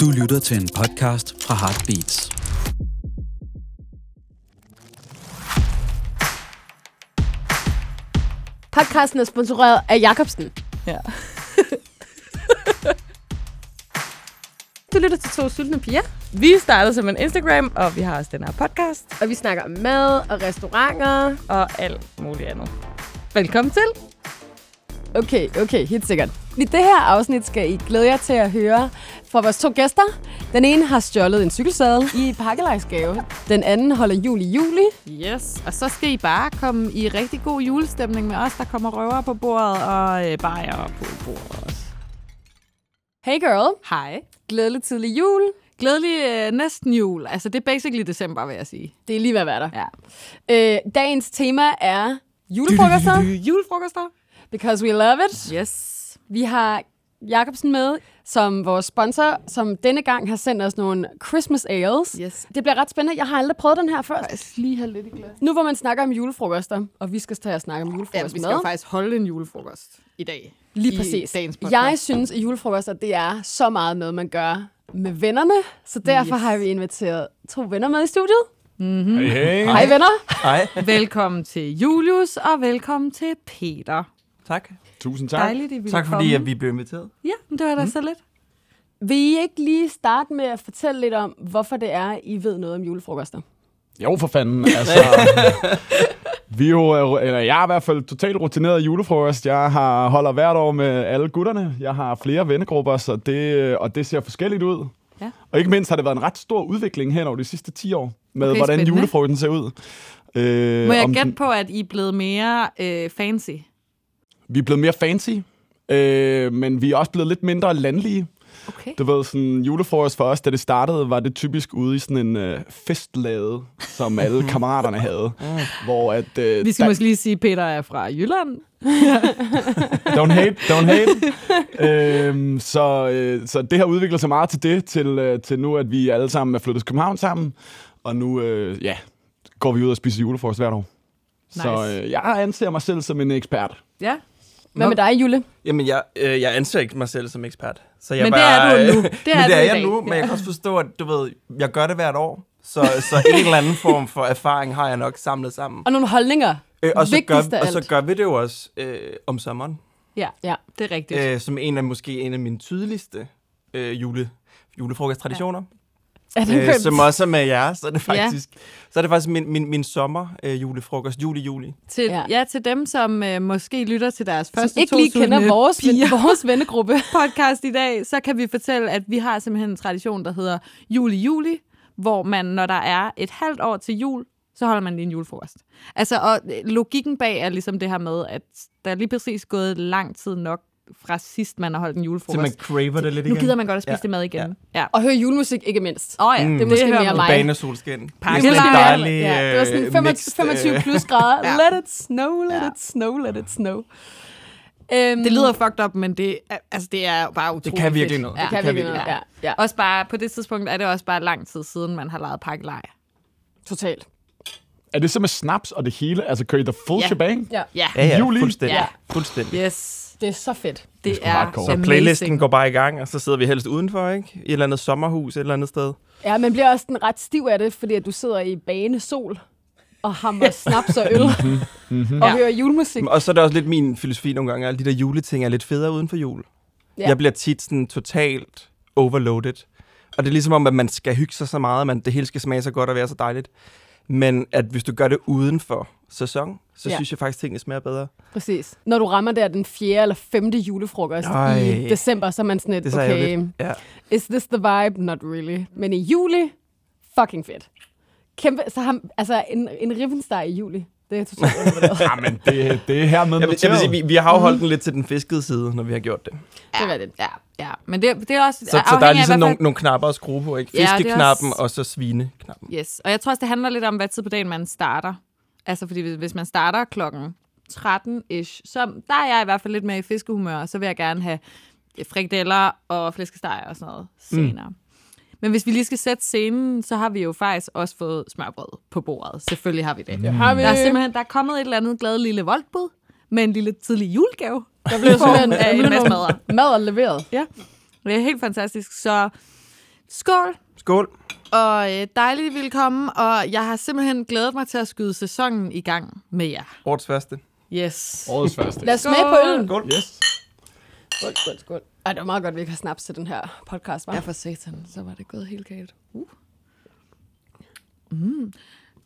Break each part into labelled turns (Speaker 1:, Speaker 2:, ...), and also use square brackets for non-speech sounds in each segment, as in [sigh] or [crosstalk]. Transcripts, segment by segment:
Speaker 1: Du lytter til en podcast fra Heartbeats.
Speaker 2: Podcasten er sponsoreret af Jacobsen.
Speaker 3: Ja.
Speaker 2: Du lytter til to sultne piger,
Speaker 3: Vi startede som en Instagram, og vi har også den her podcast
Speaker 2: og vi snakker om mad og restauranter.
Speaker 3: og alt muligt andet. Velkommen til.
Speaker 2: Okay, okay, helt sikkert. I det her afsnit skal I glæde jer til at høre fra vores to gæster. Den ene har stjålet en cykelsadel i pakkelejsgave. Den anden holder jul i juli.
Speaker 4: Yes, og så skal I bare komme i rigtig god julestemning med os, der kommer røver på bordet og øh, bajer på bordet også.
Speaker 2: Hey girl,
Speaker 4: Hej.
Speaker 2: glædelig tidlig jul.
Speaker 4: Glædelig øh, næsten jul. Altså, det er basically december, vil jeg sige.
Speaker 2: Det er lige ved at være der.
Speaker 4: Ja.
Speaker 2: Øh, dagens tema er julefrokoster,
Speaker 4: Julefrokoster?
Speaker 2: because we love it.
Speaker 4: Yes.
Speaker 2: Vi har Jacobsen med som vores sponsor, som denne gang har sendt os nogle Christmas ales.
Speaker 4: Yes.
Speaker 2: Det bliver ret spændende. Jeg har aldrig prøvet den her før.
Speaker 4: Jeg skal lige have lidt i glas.
Speaker 2: Nu hvor man snakker om julefrokoster, og vi skal tage og snakke om
Speaker 4: Ja,
Speaker 2: julefrokost
Speaker 4: vi skal
Speaker 2: med.
Speaker 4: jo faktisk holde en julefrokost i dag.
Speaker 2: Lige
Speaker 4: i
Speaker 2: præcis.
Speaker 4: dagens podcast.
Speaker 2: Jeg synes, at julefrokoster, det er så meget noget, man gør med vennerne. Så derfor yes.
Speaker 4: Yes.
Speaker 2: har vi inviteret to venner med i studiet.
Speaker 5: Hey, hey.
Speaker 2: Hej venner.
Speaker 6: Hej,
Speaker 4: Velkommen til Julius, og velkommen til Peter.
Speaker 6: tak.
Speaker 5: Tusind tak.
Speaker 4: Dejligt, I ville
Speaker 6: Tak fordi
Speaker 4: komme.
Speaker 6: at vi blev inviteret.
Speaker 4: Ja, men det var da mm. så lidt.
Speaker 2: Vil I ikke lige starte med at fortælle lidt om, hvorfor det er, I ved noget om julefrokoster?
Speaker 5: Jo, for
Speaker 4: [laughs]
Speaker 5: fanden. Altså, vi er jo, øh, eller jeg er i hvert fald totalt rutineret i julefrokost. Jeg har, holder hvert år med alle gutterne. Jeg har flere vennegrupper, så det, øh, og det ser forskelligt ud.
Speaker 4: Ja.
Speaker 5: Og ikke mindst har det været en ret stor udvikling hen over de sidste 10 år, med
Speaker 4: Okay,
Speaker 5: okay, hvordan
Speaker 4: spændende.
Speaker 5: julefrokosten ser ud. Øh,
Speaker 4: Må jeg
Speaker 5: om
Speaker 4: gætte
Speaker 5: den-
Speaker 4: på, at I er blevet mere øh, fancy?
Speaker 5: Vi er blevet mere fancy, øh, men vi er også blevet lidt mindre landlige.
Speaker 4: Okay.
Speaker 5: Du ved, sådan julefrokost for os, da det startede, var det typisk ude i sådan en øh, festlade, som
Speaker 6: [laughs]
Speaker 5: alle kammeraterne havde. hvor at, øh,
Speaker 4: Vi skal
Speaker 5: der,
Speaker 4: måske lige sige, at Peter er fra Jylland.
Speaker 5: [laughs] Don't hate, don't hate. øhm, så, øh, så det har udviklet sig meget til det, til, øh, til nu, at vi alle sammen er flyttet til København sammen. Og nu, øh, ja, går vi ud og spiser julefrokost hvert år. Nice. Så
Speaker 4: Nice.
Speaker 5: øh, jeg anser mig selv som en ekspert.
Speaker 4: Ja.
Speaker 2: Hvad med dig, Jule?
Speaker 6: Jamen, jeg, øh, jeg anser ikke mig selv som ekspert. Så jeg
Speaker 4: Men det
Speaker 6: bare,
Speaker 4: er du nu.
Speaker 6: Øh,
Speaker 4: Det er
Speaker 6: men
Speaker 4: du
Speaker 6: det er
Speaker 4: i
Speaker 6: jeg
Speaker 4: dag.
Speaker 6: nu, men jeg kan også forstå, at du ved, jeg gør det hvert år. Så, så en eller anden form for erfaring har jeg nok samlet sammen.
Speaker 2: Og nogle holdninger.
Speaker 6: Øh, og, så gør,
Speaker 2: vigtigst af
Speaker 6: og så
Speaker 2: alt.
Speaker 6: gør vi det jo også øh, om sommeren,
Speaker 4: Ja,
Speaker 2: Ja.
Speaker 4: det er rigtigt.
Speaker 6: øh, som en af måske en af mine tydeligste øh, jule, julefrokosttraditioner.
Speaker 2: Er det
Speaker 6: Øh,
Speaker 2: kønt?
Speaker 6: som også er med jer, så er det
Speaker 4: Ja.
Speaker 6: faktisk, så er det faktisk min, min, min sommer øh, julefrokost, juli-juli.
Speaker 4: Til,
Speaker 2: Ja.
Speaker 4: ja. ja, til dem, som øh, måske lytter til deres første
Speaker 2: som ikke
Speaker 4: to
Speaker 2: lige kender
Speaker 4: sultne
Speaker 2: vores,
Speaker 4: piger
Speaker 2: ven, vores vennegruppe.
Speaker 4: [laughs] podcast i dag, så kan vi fortælle, at vi har simpelthen en tradition, der hedder juli-juli, hvor man, når der er et halvt år til jul, så holder man lige en julefrokost. Altså, og øh, logikken bag er ligesom det her med, at der er lige præcis gået lang tid nok fra sidst, man har holdt en
Speaker 6: Så man
Speaker 4: julefrokost.
Speaker 6: craver det lidt
Speaker 4: Nu
Speaker 6: igen.
Speaker 4: gider man godt at spise
Speaker 6: Ja.
Speaker 4: det mad igen. Ja.
Speaker 2: [laughs] Og høre julemusik, ikke mindst.
Speaker 4: Åh oh, ja,
Speaker 6: Mm.
Speaker 4: det er måske
Speaker 2: hører
Speaker 4: mere
Speaker 2: man.
Speaker 4: mig.
Speaker 6: Banessolskin.
Speaker 4: Pakke
Speaker 6: Det er sådan en
Speaker 4: lejr.
Speaker 6: dejlig,
Speaker 2: ja, det var sådan
Speaker 6: øh,
Speaker 2: 25,
Speaker 6: mixed,
Speaker 2: 25
Speaker 6: øh,
Speaker 2: plus grader.
Speaker 4: Ja.
Speaker 2: Let it snow, let
Speaker 4: Ja.
Speaker 2: it snow, let it snow. Um,
Speaker 4: Det lyder fucked up, men det, er- altså, det er jo bare utroligt
Speaker 6: Det kan virkelig
Speaker 4: fedt.
Speaker 6: noget.
Speaker 4: Ja.
Speaker 2: kan virkelig noget. Ja, ja.
Speaker 4: Også bare, på det tidspunkt er det også bare lang tid siden, man har lavet pakkelej.
Speaker 2: Totalt.
Speaker 5: Er det så med snaps og det hele? Altså, kører I the full
Speaker 4: Ja.
Speaker 5: yeah. shebang?
Speaker 2: Ja.
Speaker 4: Ja.
Speaker 6: Ja, ja,
Speaker 5: Juli.
Speaker 6: fuldstændig.
Speaker 4: Ja.
Speaker 6: Ja. fuldstændig.
Speaker 4: Yes.
Speaker 2: Det er så fedt.
Speaker 4: Det
Speaker 5: sgu
Speaker 4: er
Speaker 5: hardcore. Så
Speaker 6: Så
Speaker 4: amazing.
Speaker 6: playlisten går bare i gang, og så sidder vi helst udenfor, ikke? I et eller andet sommerhus, et eller andet sted.
Speaker 2: Ja, man bliver også sådan ret stiv af det, fordi at du sidder i banesol og hammer snaps og øl
Speaker 6: Mhm,
Speaker 2: [laughs] og
Speaker 4: Ja.
Speaker 2: hører julemusik.
Speaker 6: Og så er det også lidt min filosofi nogle gange, at de der juleting er lidt federe uden for jul.
Speaker 2: Ja.
Speaker 6: Ja. Jeg bliver tit sådan totalt overloaded. Og det er ligesom om, at man skal hygge sig så meget, at man, det hele skal smage så godt og være så dejligt. Men at hvis du gør det uden for sæson, så
Speaker 2: Ja.
Speaker 6: ja. synes jeg faktisk, tingene smager bedre.
Speaker 2: Præcis. Når du rammer der den 4. eller 5. julefrokost Ej.
Speaker 6: Ej.
Speaker 2: i december, så er man sådan lidt,
Speaker 6: Det er så
Speaker 2: okay,
Speaker 6: ærgerligt. Ja.
Speaker 2: is this the vibe? Not really. Men i juli, fucking fedt. Kæmpe, så har, altså en, en rivensteg i juli. Det er totalt undervurderet.
Speaker 5: Jamen, det, det er hermed
Speaker 6: Jeg vil,
Speaker 5: noteret.
Speaker 6: jeg vil sige, vi, vi har jo holdt den lidt til den fiskede side, når vi har gjort det.
Speaker 2: Det var det.
Speaker 4: Ja, ja. Men det, det er også
Speaker 6: Så, så der er ligesom nogle, nogle knapper at skrue på, ikke?
Speaker 4: Ja, det er også-
Speaker 6: Fiskeknappen ja, også... og så svineknappen.
Speaker 4: Yes, og jeg tror også, det handler lidt om, hvad tid på dagen man starter. Altså, fordi hvis, hvis man starter klokken 13-ish, så der er jeg i hvert fald lidt mere i fiskehumør, og så vil jeg gerne have frikadeller og flæskesteg og sådan noget senere. Mm. Men hvis vi lige skal sætte scenen, så har vi jo faktisk også fået smørbrød på bordet. Selvfølgelig har vi det. Ja.
Speaker 2: Har vi?
Speaker 4: Der er simpelthen der er kommet et eller andet glad lille voldbud med en lille tidlig
Speaker 2: [laughs]
Speaker 4: julegave. øh,
Speaker 2: Der blev
Speaker 4: Form
Speaker 2: simpelthen
Speaker 4: af
Speaker 2: af
Speaker 4: en masse madder.
Speaker 2: mad leveret.
Speaker 4: Det er helt fantastisk. Så Skål,
Speaker 6: Skål.
Speaker 4: og øh, dejligt, I ville komme, og jeg har simpelthen glædet mig til at skyde sæsonen i gang med jer.
Speaker 6: Årets første.
Speaker 4: Yes.
Speaker 5: Årets første.
Speaker 2: Lad os smage på
Speaker 4: Skål.
Speaker 2: øllen.
Speaker 6: Skål.
Speaker 5: Yes.
Speaker 2: Skål, skål, skål. Ej, det var meget godt, at vi ikke har snaps til den her podcast, var?
Speaker 4: Ja, for satan, så var det gået helt galt. Uh. Mm.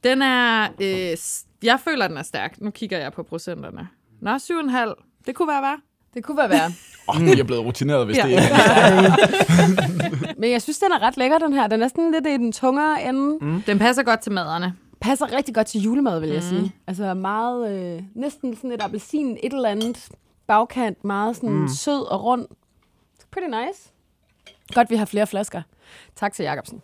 Speaker 4: Den er... Øh, s- jeg føler, den er stærk. Nu kigger jeg på procenterne. Nå, 7,5. Det kunne være, hvad?
Speaker 2: Det kunne være værre.
Speaker 5: Åh, oh, jeg er blevet rutineret, hvis
Speaker 4: Ja.
Speaker 5: ja. det ikke er.
Speaker 2: Men jeg synes, den er ret lækker, den her. Den er sådan lidt i den tungere ende. Mm.
Speaker 4: Den passer godt til maderne.
Speaker 2: Passer rigtig godt til julemad, vil jeg mm. sige. Altså meget, øh, næsten sådan et appelsin, et eller andet bagkant. Meget sådan mm. sød og rund. Pretty nice. Godt, vi har flere flasker. Tak til Jacobsen.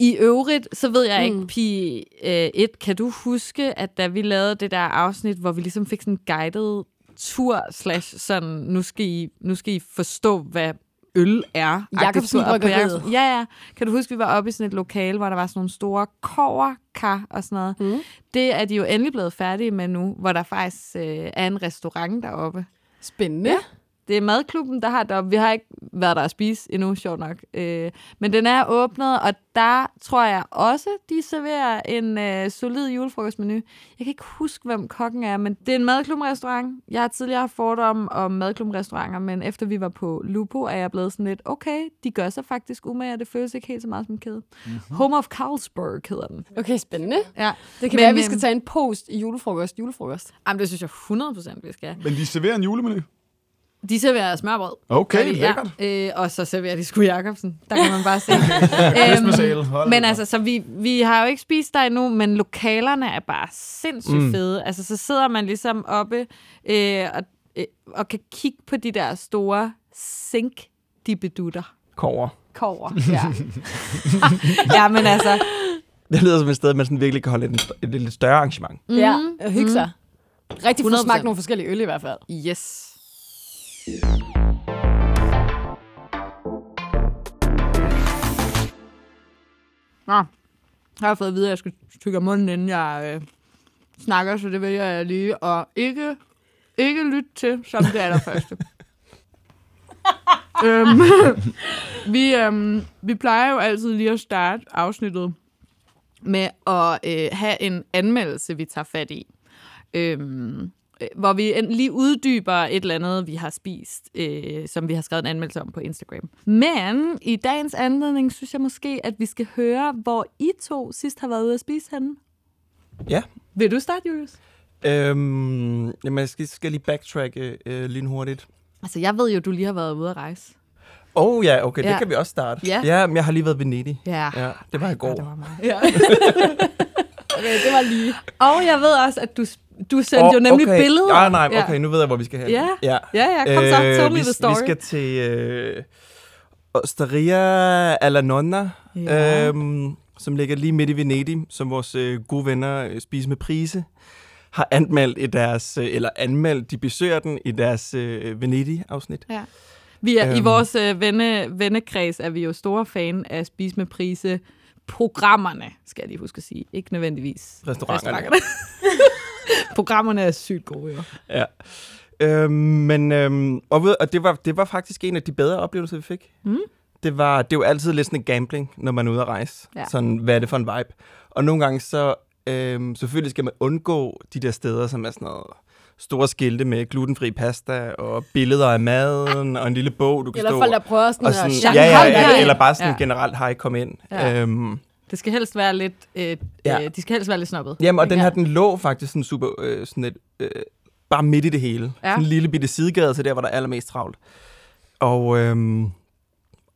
Speaker 4: I øvrigt, så ved jeg
Speaker 2: Mm.
Speaker 4: ikke, Pige øh, 1, kan du huske, at da vi lavede det der afsnit, hvor vi ligesom fik sådan en guided tur, slash sådan, nu skal I, nu skal I forstå, hvad øl er.
Speaker 2: Jacobsen
Speaker 4: Agtigt, på
Speaker 2: Bryggeriet.
Speaker 4: Jacobsen. Ja, ja. Kan du huske, vi var oppe i sådan et lokale, hvor der var sådan nogle store koverkar og sådan noget. Mm. Det er de jo endelig blevet færdige med nu, hvor der faktisk øh, er en restaurant deroppe.
Speaker 2: Spændende. Ja.
Speaker 4: Det er madklubben, der har det op. Vi har ikke været der at spise endnu, sjovt nok. Øh, men den er åbnet, og der tror jeg også, de serverer en øh, solid julefrokostmenu. Jeg kan ikke huske, hvem kokken er, men det er en madklubbrestaurant. Jeg har tidligere haft fordomme om madklubbrestauranter, men efter vi var på Lupo, er jeg blevet sådan lidt, okay, de gør sig faktisk umage, og det føles ikke helt så meget som en kæde. Mm-hmm. Home of Carlsberg hedder den.
Speaker 2: Okay, spændende.
Speaker 4: Ja.
Speaker 2: Det kan men, øhm, være, at vi skal tage en post i julefrokost, julefrokost.
Speaker 4: Jamen, det synes jeg 100% vi skal.
Speaker 5: Men de serverer en julemenu.
Speaker 4: De serverer smørbrød.
Speaker 5: Okay,
Speaker 4: Gør de,
Speaker 5: lækkert.
Speaker 4: Ja. Øh, og så serverer de sgu Jacobsen. Der kan man bare
Speaker 5: [laughs]
Speaker 4: se. Christmas
Speaker 5: ale. Hold
Speaker 4: men
Speaker 5: da op.
Speaker 4: altså, så vi, vi har jo ikke spist der endnu, men lokalerne er bare sindssygt mm. fede. Altså, så sidder man ligesom oppe øh, og, øh, og kan kigge på de der store sink de
Speaker 5: [laughs]
Speaker 4: bedutter.
Speaker 6: Kover.
Speaker 2: [laughs]
Speaker 4: Kover. Ja.
Speaker 2: Mhm.
Speaker 4: ja, men altså,
Speaker 6: Det lyder som et sted, man sådan virkelig kan holde et, et lidt større arrangement.
Speaker 2: Mm. Ja, og hygge sig. Rigtig få
Speaker 4: 100%.
Speaker 2: smagt nogle forskellige øl i hvert fald.
Speaker 4: yes. Nå, jeg har fået at vide, at jeg skal tykke af munden, inden jeg øh, snakker, så det vælger jeg lige og ikke, ikke lytte til, som det allerførste. øhm, [laughs] vi, øhm, vi plejer jo altid lige at starte afsnittet med at øh, have en anmeldelse, vi tager fat i. Øhm, øh, hvor vi en- lige uddyber et eller andet, vi har spist, øh, som vi har skrevet en anmeldelse om på Instagram. Men i dagens anledning synes jeg måske, at vi skal høre, hvor I to sidst har været ude at spise henne.
Speaker 6: Ja.
Speaker 4: Vil du starte, Julius?
Speaker 6: Øhm, jamen, jeg skal, skal lige backtracke øh, lynhurtigt.
Speaker 4: Altså, jeg ved jo, du lige har været ude at rejse.
Speaker 6: Åh oh, ja, okay, ja.
Speaker 4: Ja.
Speaker 6: det kan vi også starte.
Speaker 4: Ja.
Speaker 6: ja men jeg har lige været i Venedig.
Speaker 4: Ja.
Speaker 6: Ja, det var i går.
Speaker 4: det var mig. [laughs]
Speaker 2: Okay, det var lige.
Speaker 4: Og jeg ved også, at du, du sendte oh, jo nemlig
Speaker 6: okay.
Speaker 4: billeder.
Speaker 6: Ah, nej, okay, nu ved jeg, hvor vi skal hen.
Speaker 4: Ja. Ja, ja, kom så. Tell me
Speaker 6: Øh, vi,
Speaker 4: the story.
Speaker 6: Vi skal til øh, Osteria alla Nonna,
Speaker 4: Ja.
Speaker 6: ja. øhm, som ligger lige midt i Venedig, som vores øh, gode venner øh, Spise med Prise har anmeldt i deres, øh, eller anmeldt, de besøger den i deres øh, Venedig-afsnit.
Speaker 4: Ja. Vi er, I
Speaker 6: Øhm.
Speaker 4: vores øh, venne, vennekreds er vi jo store fan af Spis med Prise programmerne, skal jeg lige huske at sige. Ikke nødvendigvis
Speaker 6: Restauranterne.
Speaker 4: [laughs] programmerne er sygt gode, jo.
Speaker 6: Ja. Øhm, men, øhm, og, ved, og det, var, det var faktisk en af de bedre oplevelser, vi fik. Mm. Det, var, det er jo altid lidt sådan en gambling, når man er ude at rejse.
Speaker 4: Ja.
Speaker 6: Ja. Sådan, hvad er det for en vibe? Og nogle gange så, øhm, selvfølgelig skal man undgå de der steder, som er sådan noget store skilte med glutenfri pasta og billeder af maden og en lille bog, du kan
Speaker 2: Eller
Speaker 6: stå
Speaker 2: folk, der prøver sådan,
Speaker 6: og
Speaker 2: at
Speaker 6: sådan, ja,
Speaker 2: shake
Speaker 6: ja,
Speaker 2: hånd af
Speaker 6: ja,
Speaker 2: en.
Speaker 6: eller bare sådan
Speaker 4: Ja.
Speaker 6: ja. generelt, hej, kom ind.
Speaker 4: Ja.
Speaker 6: Ja. Øhm,
Speaker 4: Det skal helst være lidt, øh, ja.
Speaker 6: Ja.
Speaker 4: øh, de skal helst være lidt snobbet.
Speaker 6: Jamen, og den
Speaker 4: Ja.
Speaker 6: her, den lå faktisk sådan super, øh, sådan et, øh, bare midt i det hele.
Speaker 4: Ja.
Speaker 6: Ja. Sådan en lille bitte sidegade til der, hvor der er allermest travlt. Og, øhm,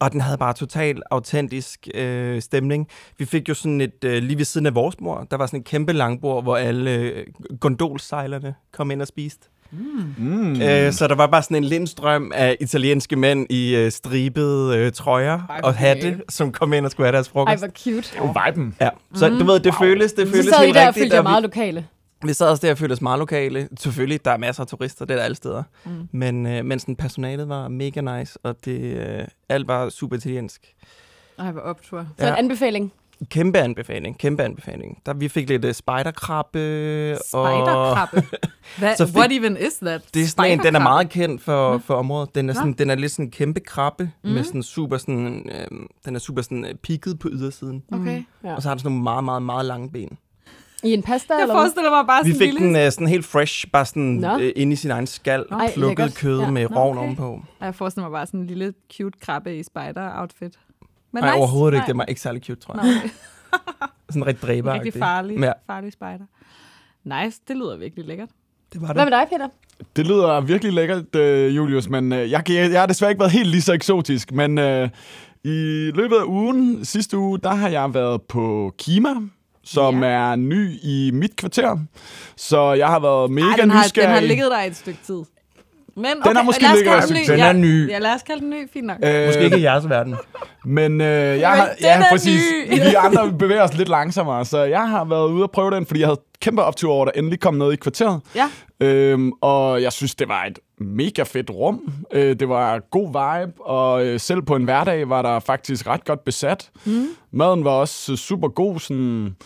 Speaker 6: og den havde bare total autentisk øh, stemning. Vi fik jo sådan et, øh, lige ved siden af vores mor, der var sådan et kæmpe langbord, hvor alle øh, gondolsejlerne kom ind og spiste. Mm. Øh, så der var bare sådan en lindstrøm af italienske mænd i øh, stribede øh, trøjer Ej, og hatte, som kom ind og skulle have deres
Speaker 2: Ej,
Speaker 6: frokost.
Speaker 2: hvor cute.
Speaker 5: Det er jo viben.
Speaker 6: Ja, så du ved, det føles, det
Speaker 2: Så
Speaker 6: føles
Speaker 2: sad I
Speaker 6: helt
Speaker 2: der og
Speaker 6: rigtigt.
Speaker 2: følte jer
Speaker 6: vi-
Speaker 2: meget lokale.
Speaker 6: vi sad også der og følte os meget lokale. Selvfølgelig, der er masser af turister, det er der alle steder. Mm. Men, øh, men sådan, personalet var mega nice, og det, øh, alt var super italiensk.
Speaker 4: Ej, hvor optur.
Speaker 2: Så en anbefaling.
Speaker 6: Kæmpe anbefaling, kæmpe anbefaling. Der, vi fik lidt uh, spiderkrabbe. Og [laughs]
Speaker 4: Spiderkrabbe. Hvad,
Speaker 6: Så fik-
Speaker 4: what even is that?
Speaker 6: det er sådan en, den er
Speaker 4: Spiderkrabbe?
Speaker 6: meget kendt for, for området. Den er, sådan,
Speaker 4: Nå.
Speaker 6: den er lidt sådan en kæmpe krabbe,
Speaker 2: Mhm.
Speaker 6: mm. med sådan super sådan, øh, den er super sådan øh, pigget på ydersiden.
Speaker 4: Okay.
Speaker 2: Ja.
Speaker 6: Og så har den sådan nogle meget, meget, meget lange ben.
Speaker 2: I en pasta,
Speaker 4: Jeg
Speaker 2: eller hvad?
Speaker 4: forestiller mig bare
Speaker 6: Vi
Speaker 4: sådan
Speaker 6: fik
Speaker 4: en
Speaker 6: den
Speaker 4: lille...
Speaker 6: øh, sådan helt fresh, bare sådan
Speaker 2: Nå.
Speaker 6: øh, inde i sin egen skal,
Speaker 2: Ej,
Speaker 6: plukket
Speaker 2: lækkert.
Speaker 6: kød
Speaker 2: Ja.
Speaker 6: med
Speaker 2: Nå,
Speaker 6: rovn
Speaker 4: okay.
Speaker 6: ovenpå.
Speaker 4: Og Jeg forestiller mig bare sådan en lille cute krabbe i spider-outfit. Men
Speaker 6: Nej,
Speaker 4: nice.
Speaker 6: overhovedet ikke.
Speaker 4: Nej.
Speaker 6: Det var ikke særlig cute, tror jeg.
Speaker 4: Nej, okay.
Speaker 6: [laughs] Sådan rigtig dræber.
Speaker 4: Rigtig farlig,
Speaker 6: Ja.
Speaker 4: ja. farlig spider. Nice, det lyder virkelig lækkert.
Speaker 6: Det var
Speaker 2: Hvad
Speaker 6: det.
Speaker 2: med dig, Peter?
Speaker 5: Det lyder virkelig lækkert, øh, Julius, men øh, jeg, kan- jeg, jeg har desværre ikke været helt lige så eksotisk, men øh, i løbet af ugen, sidste uge, der har jeg været på Kima, som
Speaker 4: Ja.
Speaker 5: ja. er ny i mit kvarter. Så jeg har været mega
Speaker 4: Ej, den, har,
Speaker 5: nysgerrig.
Speaker 4: den har ligget der et stykke tid. Men okay,
Speaker 5: har måske
Speaker 4: lad os
Speaker 5: ligget
Speaker 4: kalde
Speaker 5: der et
Speaker 4: ny.
Speaker 5: stykke tid.
Speaker 6: Den
Speaker 4: Ja,
Speaker 6: er ny.
Speaker 4: Ja, lad os kalde den ny, fint nok.
Speaker 5: Øh,
Speaker 6: Måske ikke i jeres verden.
Speaker 5: Men øh, jeg har,
Speaker 4: den
Speaker 5: ja,
Speaker 4: er
Speaker 5: præcis.
Speaker 4: ny.
Speaker 5: Vi andre bevæger os lidt langsommere, så jeg har været ude og prøve den, fordi jeg havde kæmpe optur over, at der endelig kom noget i kvarteret.
Speaker 4: Ja.
Speaker 5: Øhm, og jeg synes, det var et mega fedt rum. Øh, det var god vibe, og øh, selv på en hverdag var der faktisk ret godt besat. Mm. Maden var også øh, super god, sådan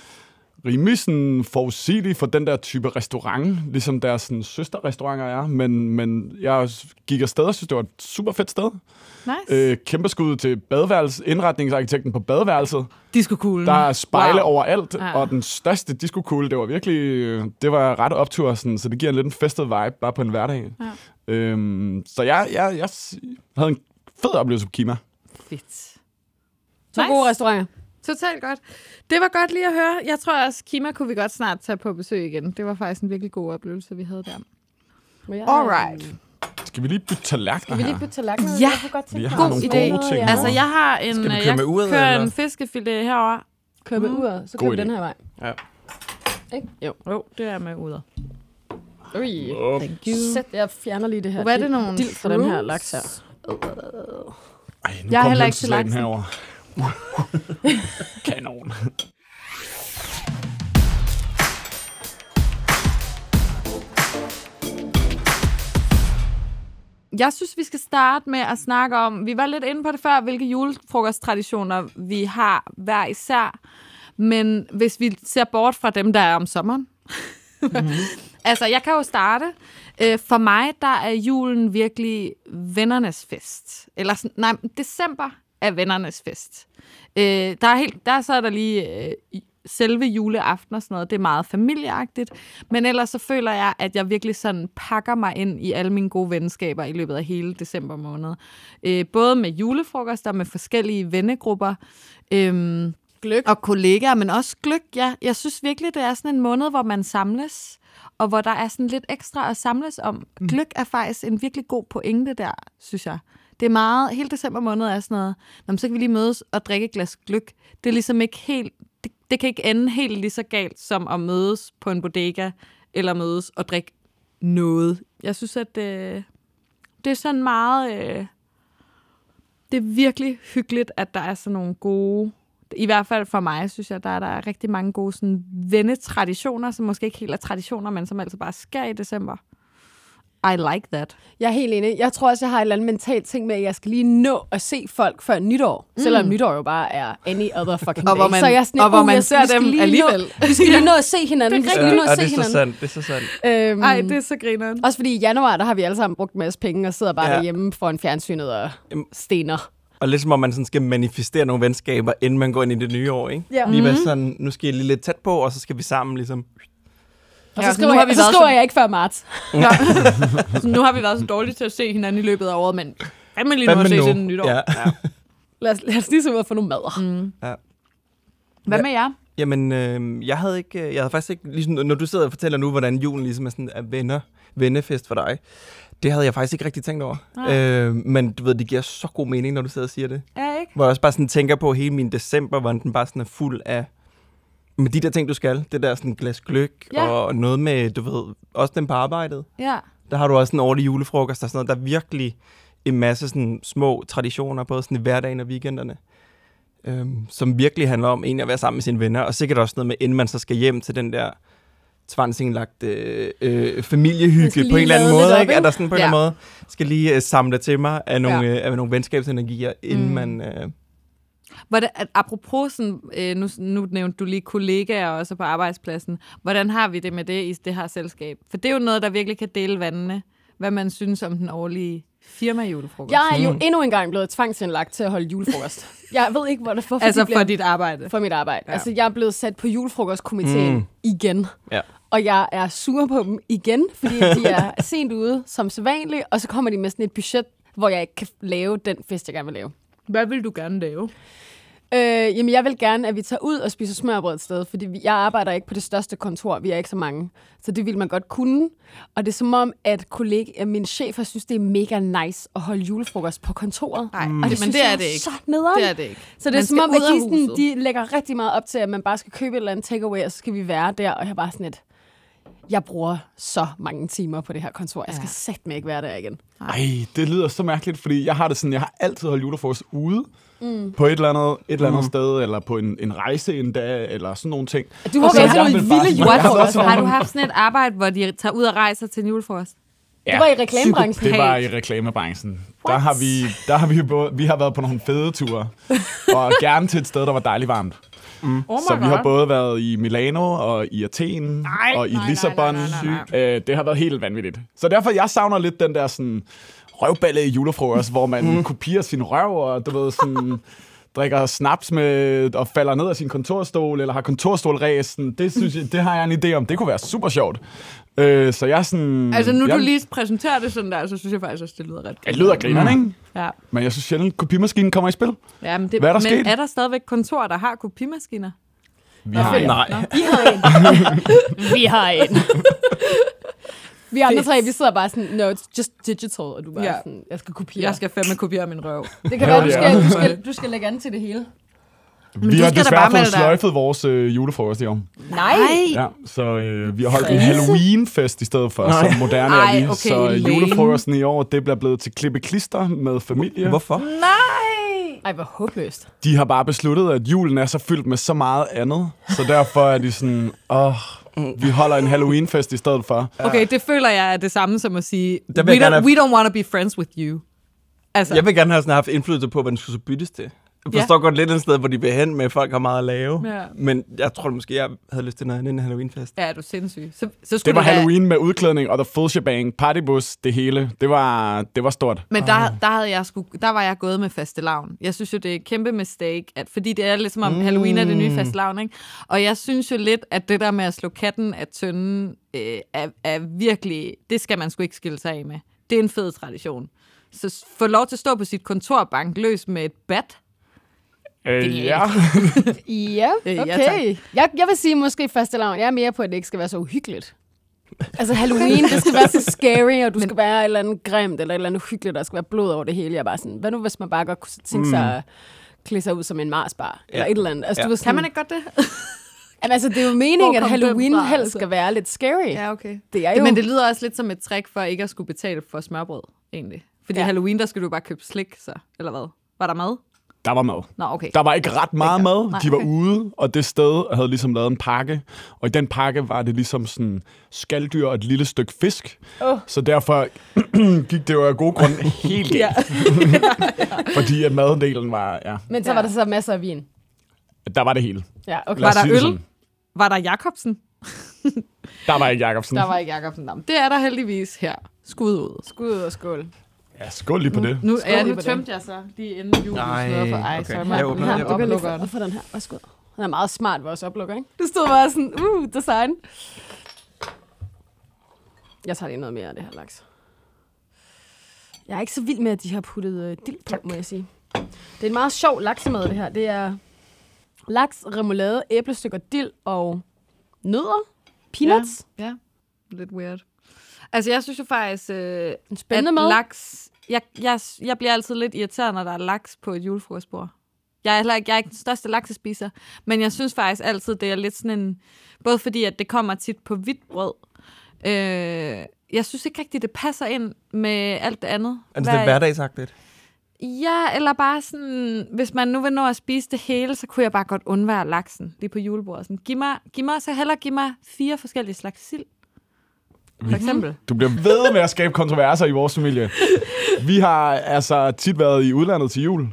Speaker 5: rimelig sådan forudsigelig for den der type restaurant, ligesom deres sådan, søsterrestauranter er. Men, men jeg gik afsted og synes, det var et super fedt sted.
Speaker 4: Nice.
Speaker 5: Øh, kæmpe skud til badeværelse, indretningsarkitekten på badeværelset.
Speaker 4: Diskokuglen.
Speaker 5: Der er spejle
Speaker 4: Mm. Wow.
Speaker 5: wow. overalt,
Speaker 4: Ja.
Speaker 5: og den største diskokugle, det var virkelig, øh, det var ret optur, sådan, så det giver en lidt en festet vibe, bare på en hverdag. Ja. Øhm, så jeg, jeg, jeg s- havde en fed oplevelse på Kima.
Speaker 4: Fedt.
Speaker 2: To nice. gode restauranter.
Speaker 4: Totalt godt. Det var godt lige at høre. Jeg tror også, Kima kunne vi godt snart tage på besøg igen. Det var faktisk en virkelig god oplevelse, vi havde der.
Speaker 2: Må jeg-
Speaker 4: Alright.
Speaker 5: Skal vi lige bytte tallerkener
Speaker 2: Vil Øhm, vi lige
Speaker 5: her?
Speaker 2: bytte tallerkener?
Speaker 4: Ja.
Speaker 2: Jeg kunne godt tænke
Speaker 5: Vi
Speaker 2: mig
Speaker 5: har
Speaker 2: at
Speaker 5: nogle
Speaker 2: smage
Speaker 5: gode
Speaker 2: noget,
Speaker 5: ting
Speaker 2: ja.
Speaker 5: nu.
Speaker 4: Altså, jeg har en,
Speaker 6: Skal vi
Speaker 4: øh,
Speaker 6: køre
Speaker 4: jeg
Speaker 6: med uret,
Speaker 4: kører
Speaker 6: eller?
Speaker 4: en fiskefilet herover.
Speaker 2: Kør med uret, så
Speaker 5: God
Speaker 2: kører vi
Speaker 5: idé.
Speaker 2: den her vej.
Speaker 4: Jo, jo det er med uder.
Speaker 2: Ui.
Speaker 5: Åh,
Speaker 4: Thank you.
Speaker 2: Sæt, jeg fjerner lige det her.
Speaker 4: Hvad er det nogle
Speaker 2: dild fra den her
Speaker 4: fruits?
Speaker 2: laks her.
Speaker 5: Ej, nu
Speaker 4: Jeg er
Speaker 5: kom
Speaker 4: heller ikke til
Speaker 5: hønseslagen
Speaker 4: laksen.
Speaker 5: herover. [laughs] Kanon.
Speaker 4: Jeg synes, vi skal starte med at snakke om, vi var lidt inde på det før, hvilke julefrokosttraditioner vi har hver især. Men hvis vi ser bort fra dem, der er om sommeren. altså, jeg kan jo starte. Øh, For mig, der er julen virkelig vennernes fest. Eller sådan, nej, december er vennernes fest. Øh, Der er, helt, der så er der lige øh, i- selve juleaften og sådan noget. Det er meget familieagtigt. Men ellers så føler jeg, at jeg virkelig sådan pakker mig ind i alle mine gode venskaber i løbet af hele december måned. Øh, Både med julefrokoster, med forskellige vennegrupper. Øhm,
Speaker 2: Gløk.
Speaker 4: og kollegaer, men også gløk. Ja. Jeg synes virkelig, det er sådan en måned, hvor man samles, og hvor der er sådan lidt ekstra at samles om. Mm. Gløk er faktisk en virkelig god pointe der, synes jeg. Det er meget, hele december måned er sådan noget, Nå, men så kan vi lige mødes og drikke et glas gløk. Det er ligesom ikke helt, det, det kan ikke ende helt lige så galt, som at mødes på en bodega, eller mødes og drikke noget. Jeg synes, at øh, det er sådan meget... Øh, det er virkelig hyggeligt, at der er sådan nogle gode... I hvert fald for mig, synes jeg, der er, der er rigtig mange gode sådan, vennetraditioner, som måske ikke helt er traditioner, men som altså bare sker i december. I like that.
Speaker 2: Jeg er helt enig. Jeg tror også, jeg har et eller andet mentalt ting med, at jeg skal lige nå at se folk før nytår. Mm. Selvom nytår jo bare er any other fucking
Speaker 4: Og hvor
Speaker 2: day.
Speaker 4: man-
Speaker 2: så jeg er sådan,
Speaker 4: og hvor
Speaker 2: uh,
Speaker 4: man
Speaker 2: jeg-
Speaker 4: ser
Speaker 2: vi skal
Speaker 4: dem
Speaker 2: lige nå-
Speaker 4: alligevel.
Speaker 2: Vi skal lige nå at se hinanden. Vi skal lige nå
Speaker 6: Ja,
Speaker 2: at se
Speaker 6: Øh, det er så
Speaker 2: hinanden.
Speaker 6: sandt, det er så sandt.
Speaker 2: Øhm,
Speaker 4: Ej, det er så [laughs] grineren.
Speaker 2: Også fordi i januar, der har vi alle sammen brugt en masse penge og sidder bare
Speaker 6: Ja.
Speaker 2: ja. derhjemme foran fjernsynet og stener.
Speaker 6: Og lidt som om man sådan skal manifestere nogle venskaber, inden man går ind i det nye år, ikke?
Speaker 2: Ja.
Speaker 6: Lige være sådan, nu skal jeg lige lidt tæt på, og så skal vi sammen ligesom...
Speaker 2: Og
Speaker 4: Ja,
Speaker 2: så
Speaker 4: så nu
Speaker 2: skriver,
Speaker 4: har
Speaker 2: jeg,
Speaker 4: vi
Speaker 2: så
Speaker 4: været
Speaker 2: skriver
Speaker 4: sådan-
Speaker 2: jeg ikke før marts.
Speaker 4: Så [laughs] nu har vi været så dårlige til at se hinanden i løbet af året, men hvad med lige
Speaker 6: Hvad
Speaker 4: nu at se
Speaker 6: med
Speaker 4: siden nytår?
Speaker 6: Ja.
Speaker 2: Lad os, lad os lige se ud og få nogle madder. Mm.
Speaker 4: Hvad med jer?
Speaker 6: Jamen, øh, jeg havde ikke, jeg havde faktisk ikke, ligesom, når du sidder og fortæller nu, hvordan julen ligesom er sådan er venner, vennefest for dig, det havde jeg faktisk ikke rigtig tænkt over. Øh, men du ved, det giver så god mening, når du sidder og siger det.
Speaker 4: Ja, ikke?
Speaker 6: Hvor jeg også bare sådan tænker på hele min december, hvordan den bare sådan er fuld af med de der ting, du skal. Det der sådan glas gløk
Speaker 4: Ja.
Speaker 6: ja. og noget med, du ved, også den på arbejdet.
Speaker 4: Ja.
Speaker 6: Der har du også en årlig julefrokost og sådan noget. Der er virkelig en masse sådan små traditioner, både sådan i hverdagen og weekenderne, øhm, som virkelig handler om egentlig at være sammen med sine venner, og sikkert også noget med, inden man så skal hjem til den der tvangsindlagte øh,
Speaker 2: Man skal
Speaker 6: familiehygge på
Speaker 2: lige
Speaker 6: en eller anden
Speaker 2: lade lidt
Speaker 6: måde,
Speaker 2: op,
Speaker 6: ikke? Er
Speaker 2: ikke?
Speaker 6: der sådan på en
Speaker 4: Ja.
Speaker 6: eller anden måde, skal lige øh, samle til mig af nogle, ja. øh, af nogle venskabsenergier, inden mm. man... Øh,
Speaker 4: Hvordan, at apropos, sådan, øh, nu, nu nævnte du lige kollegaer også på arbejdspladsen. Hvordan har vi det med det i det her selskab? For det er jo noget, der virkelig kan dele vandene, hvad man synes om den årlige firmajulefrokost.
Speaker 2: Jeg er jo endnu engang blevet tvangsindlagt til at holde julefrokost. Jeg ved ikke, hvor det for,
Speaker 4: altså
Speaker 2: det bliver-
Speaker 4: for dit arbejde.
Speaker 2: for mit arbejde. Ja.
Speaker 4: Ja.
Speaker 2: Altså, jeg er blevet sat på julefrokostkomiteen mm. igen.
Speaker 6: Ja.
Speaker 2: Og jeg er sur på dem igen, fordi de [laughs] er sent ude som sædvanligt, og så kommer de med sådan et budget, hvor jeg ikke kan lave den fest, jeg gerne vil lave.
Speaker 4: Hvad vil du gerne lave?
Speaker 2: Øh, jamen, jeg vil gerne, at vi tager ud og spiser smørbrød et sted, fordi vi- jeg arbejder ikke på det største kontor. Vi er ikke så mange. Så det ville man godt kunne. Og det er som om, at kollega, at mine chefer synes, det er mega nice at holde julefrokost på kontoret.
Speaker 4: Nej,
Speaker 2: og
Speaker 4: Mm. men
Speaker 2: synes
Speaker 4: det
Speaker 2: jeg
Speaker 4: er det ikke.
Speaker 2: Så nederen.
Speaker 4: Det er det ikke.
Speaker 2: Så det er
Speaker 4: Man
Speaker 2: som
Speaker 4: skal
Speaker 2: om,
Speaker 4: ud
Speaker 2: at
Speaker 4: af
Speaker 2: de, sådan,
Speaker 4: huset.
Speaker 2: de lægger rigtig meget op til, at man bare skal købe et eller andet takeaway, og så skal vi være der, og jeg er bare sådan et, jeg bruger så mange timer på det her kontor. Jeg skal
Speaker 4: Ja.
Speaker 2: ja. sætte mig ikke være der igen.
Speaker 5: Ej, det lyder så mærkeligt, fordi jeg har det sådan, jeg har altid holdt julefrokost ude mm. på et eller andet, et eller andet mm. sted, eller på en, en rejse endda, eller sådan nogle ting.
Speaker 2: Du har
Speaker 5: Og så
Speaker 2: været til
Speaker 5: jeg
Speaker 2: nogle
Speaker 5: vil bare
Speaker 2: vilde
Speaker 5: sådan- [laughs] Jeg har været
Speaker 2: julefrokoster.
Speaker 5: til
Speaker 4: Har
Speaker 5: nogle-
Speaker 4: du haft sådan et arbejde, hvor de tager ud og rejser til en julefrokost?
Speaker 2: Det var i reklamebranchen.
Speaker 5: Det var i reklamebranchen. Der har vi, der har vi, både, vi har været på nogle fede
Speaker 2: [laughs]
Speaker 5: ture, og gerne til et sted, der var dejligt varmt.
Speaker 4: Oh
Speaker 5: Så vi har både været i Milano og i Athen
Speaker 4: Nej,
Speaker 5: og i
Speaker 4: nej, nej,
Speaker 5: Lissabon.
Speaker 4: nej, nej, nej,
Speaker 5: Øh, det har været helt vanvittigt. Så derfor jeg savner lidt den der sådan røvballe i julefrokost, hvor man mm. kopierer sin røv og du ved sådan drikker snaps med og falder ned af sin kontorstol eller har kontorstolræsen. Det synes jeg, det har jeg en idé om. Det kunne være super sjovt. Øh, så jeg er sådan
Speaker 4: Altså nu
Speaker 5: jeg,
Speaker 4: du lige præsenterer det sådan der, så synes jeg faktisk også, det lyder ret
Speaker 5: jeg lyder grineren, ikke?
Speaker 4: Ja.
Speaker 5: Men jeg synes sjældent, kopimaskinen kommer i spil.
Speaker 4: Ja, men det,
Speaker 5: Hvad er der
Speaker 4: men
Speaker 5: sket?
Speaker 4: er der stadigvæk kontorer, der har kopimaskiner?
Speaker 5: Vi har en.
Speaker 6: Nej.
Speaker 2: I har en. vi har en. vi andre tre, vi sidder bare sådan, no, it's just digital, og du er bare
Speaker 4: Ja.
Speaker 2: ja. sådan, jeg skal kopiere.
Speaker 4: Jeg skal fandme kopiere min røv.
Speaker 2: Det kan være, du
Speaker 5: Ja.
Speaker 2: skal, du, skal, du skal lægge an til det hele.
Speaker 5: Vi
Speaker 4: du
Speaker 5: har
Speaker 4: skal da
Speaker 5: desværre
Speaker 4: bare
Speaker 5: fået
Speaker 4: melde dig.
Speaker 5: sløjfet vores øh, julefrokost i år.
Speaker 4: Nej!
Speaker 5: Ja, så øh, vi har holdt en Halloween-fest i stedet for,
Speaker 6: Nej.
Speaker 5: som moderne
Speaker 4: Ej,
Speaker 5: er vi.
Speaker 4: okay,
Speaker 5: så øh,
Speaker 4: lame.
Speaker 5: julefrokosten i år, det bliver blevet til klippe-klister med familie.
Speaker 6: Hvorfor?
Speaker 4: Altså-
Speaker 2: Ej, hvor håbløst.
Speaker 5: De har bare besluttet, at julen er så fyldt med så meget andet, så derfor er de sådan, åh, vi holder en Halloween-fest i stedet for.
Speaker 4: Okay, det føler jeg er det samme som at sige, we
Speaker 6: Der vil jeg gerne
Speaker 4: don't,
Speaker 6: have-
Speaker 4: we don't want to be friends with you. Altså,
Speaker 6: Jeg vil gerne have sådan haft indflydelse på, hvad den skulle så byttes til. Jeg
Speaker 4: Ja.
Speaker 6: forstår ja. godt lidt et sted, hvor de vil hen med, at folk har meget at lave.
Speaker 4: Ja.
Speaker 6: Men jeg tror måske, jeg havde lyst til noget andet end en Halloweenfest.
Speaker 4: ja, er du sindssyg. Så, så skulle
Speaker 5: Det var
Speaker 4: du da-
Speaker 5: Halloween med udklædning og the full shebang, partybus, det hele. Det var, det var stort.
Speaker 4: Men der, der, havde jeg sku, der var jeg gået med fastelavn. Jeg synes jo, det er et kæmpe mistake, at, fordi det er lidt som om mm. Halloween er det nye fastelavn, ikke? Og jeg synes jo lidt, at det der med at slå katten af tønden, øh, er, er virkelig, det skal man sgu ikke skille sig af med. Det er en fed tradition. Så s- få lov til at stå på sit kontor og banke løs med et bat.
Speaker 5: Øh, ja.
Speaker 2: Ja,
Speaker 4: Øh,
Speaker 2: okay.
Speaker 4: ja,
Speaker 2: Ja, jeg, jeg vil sige måske første lavn. Jeg er mere på, at det ikke skal være så uhyggeligt. Altså Halloween, det skal [laughs] være så scary, og du Men... skal være et eller andet grimt, eller et eller andet uhyggeligt, der skal være blod over det hele. Jeg er bare sådan, hvad nu hvis man bare godt kunne tænke sig at klæde sig ud som en marsbar, Mm. ja. eller et eller andet. Altså, ja. du ved, sådan,
Speaker 4: Kan man ikke godt det?
Speaker 2: Jamen, altså, det er jo
Speaker 4: Hvor
Speaker 2: meningen, at
Speaker 4: kom den
Speaker 2: Halloween
Speaker 4: fra,
Speaker 2: fra, helst
Speaker 4: altså?
Speaker 2: skal være lidt scary. Ja.
Speaker 4: okay.
Speaker 2: Det er
Speaker 4: Det,
Speaker 2: jo...
Speaker 4: men det lyder også lidt som et trick for ikke at skulle betale for smørbrød, egentlig. Fordi ja.
Speaker 2: Ja.
Speaker 4: Halloween, der skal du bare købe slik, så, eller hvad? Var der mad?
Speaker 5: Der var mad.
Speaker 4: Nå, okay.
Speaker 5: Der var ikke ret meget
Speaker 4: Ikke ret-
Speaker 5: mad.
Speaker 4: nej,
Speaker 5: De var
Speaker 4: okay.
Speaker 5: ude, og det sted havde ligesom lavet en pakke. Og i den pakke var det ligesom sådan skalddyr og et lille stykke fisk. Oh. Så derfor [clears throat] gik det jo af gode grunde helt galt. Fordi at maddelen var, ja,
Speaker 2: men så
Speaker 4: Ja.
Speaker 2: var der så masser af vin.
Speaker 5: der var det hele.
Speaker 2: Ja, okay.
Speaker 5: Lad
Speaker 4: Var
Speaker 5: os
Speaker 4: der
Speaker 5: sige det
Speaker 4: øl?
Speaker 5: sådan.
Speaker 4: Var der Jacobsen?
Speaker 5: Der var ikke Jacobsen.
Speaker 4: Der var ikke Jacobsen. Nå, men Det er der heldigvis her. Skud ud.
Speaker 2: Skud og skål.
Speaker 5: Ja, skål lige på det.
Speaker 4: Nu,
Speaker 2: Skål
Speaker 4: ja,
Speaker 2: lige
Speaker 4: nu
Speaker 2: på det.
Speaker 4: tømte jeg så lige inden julen
Speaker 6: Ej,
Speaker 4: slutter for ej,
Speaker 6: okay.
Speaker 4: så jeg
Speaker 6: Jeg åbner-
Speaker 4: åbner
Speaker 6: jeg
Speaker 4: her
Speaker 2: Her, du kan lige
Speaker 4: oplukkeren.
Speaker 2: få, få den her. Værsgo. Den er meget smart, vores oplukker, ikke? Det stod bare sådan, uh, design. Jeg tager lige noget mere af det her laks. Jeg er ikke så vild med, at de har puttet øh, dild på, må jeg sige. Det er en meget sjov laksemad, det her. Det er laks, remoulade, æblestykker, dild og nødder. Peanuts.
Speaker 4: Ja, lidt weird. Altså, jeg synes jo faktisk, øh,
Speaker 2: En
Speaker 4: at
Speaker 2: spændende mad.
Speaker 4: laks... Jeg, jeg, jeg bliver altid lidt irriteret, når der er laks på et julefrokostbord. Jeg er, heller ikke, jeg er ikke den største laksespiser, men jeg synes faktisk altid, det er lidt sådan en... Både fordi, at det kommer tit på hvidt brød. Øh, jeg synes ikke rigtigt, det passer ind med alt det andet.
Speaker 6: Altså, det
Speaker 4: Hvad-
Speaker 6: er hverdagsagtigt.
Speaker 4: Ja, eller bare sådan, hvis man nu vil nå at spise det hele, så kunne jeg bare godt undvære laksen lige på julebordet. Sådan, giv, mig, giv mig så heller giv mig fire forskellige slags sild. For eksempel.
Speaker 5: Du bliver ved med at skabe kontroverser i vores familie. Vi har altså tit været i udlandet til jul.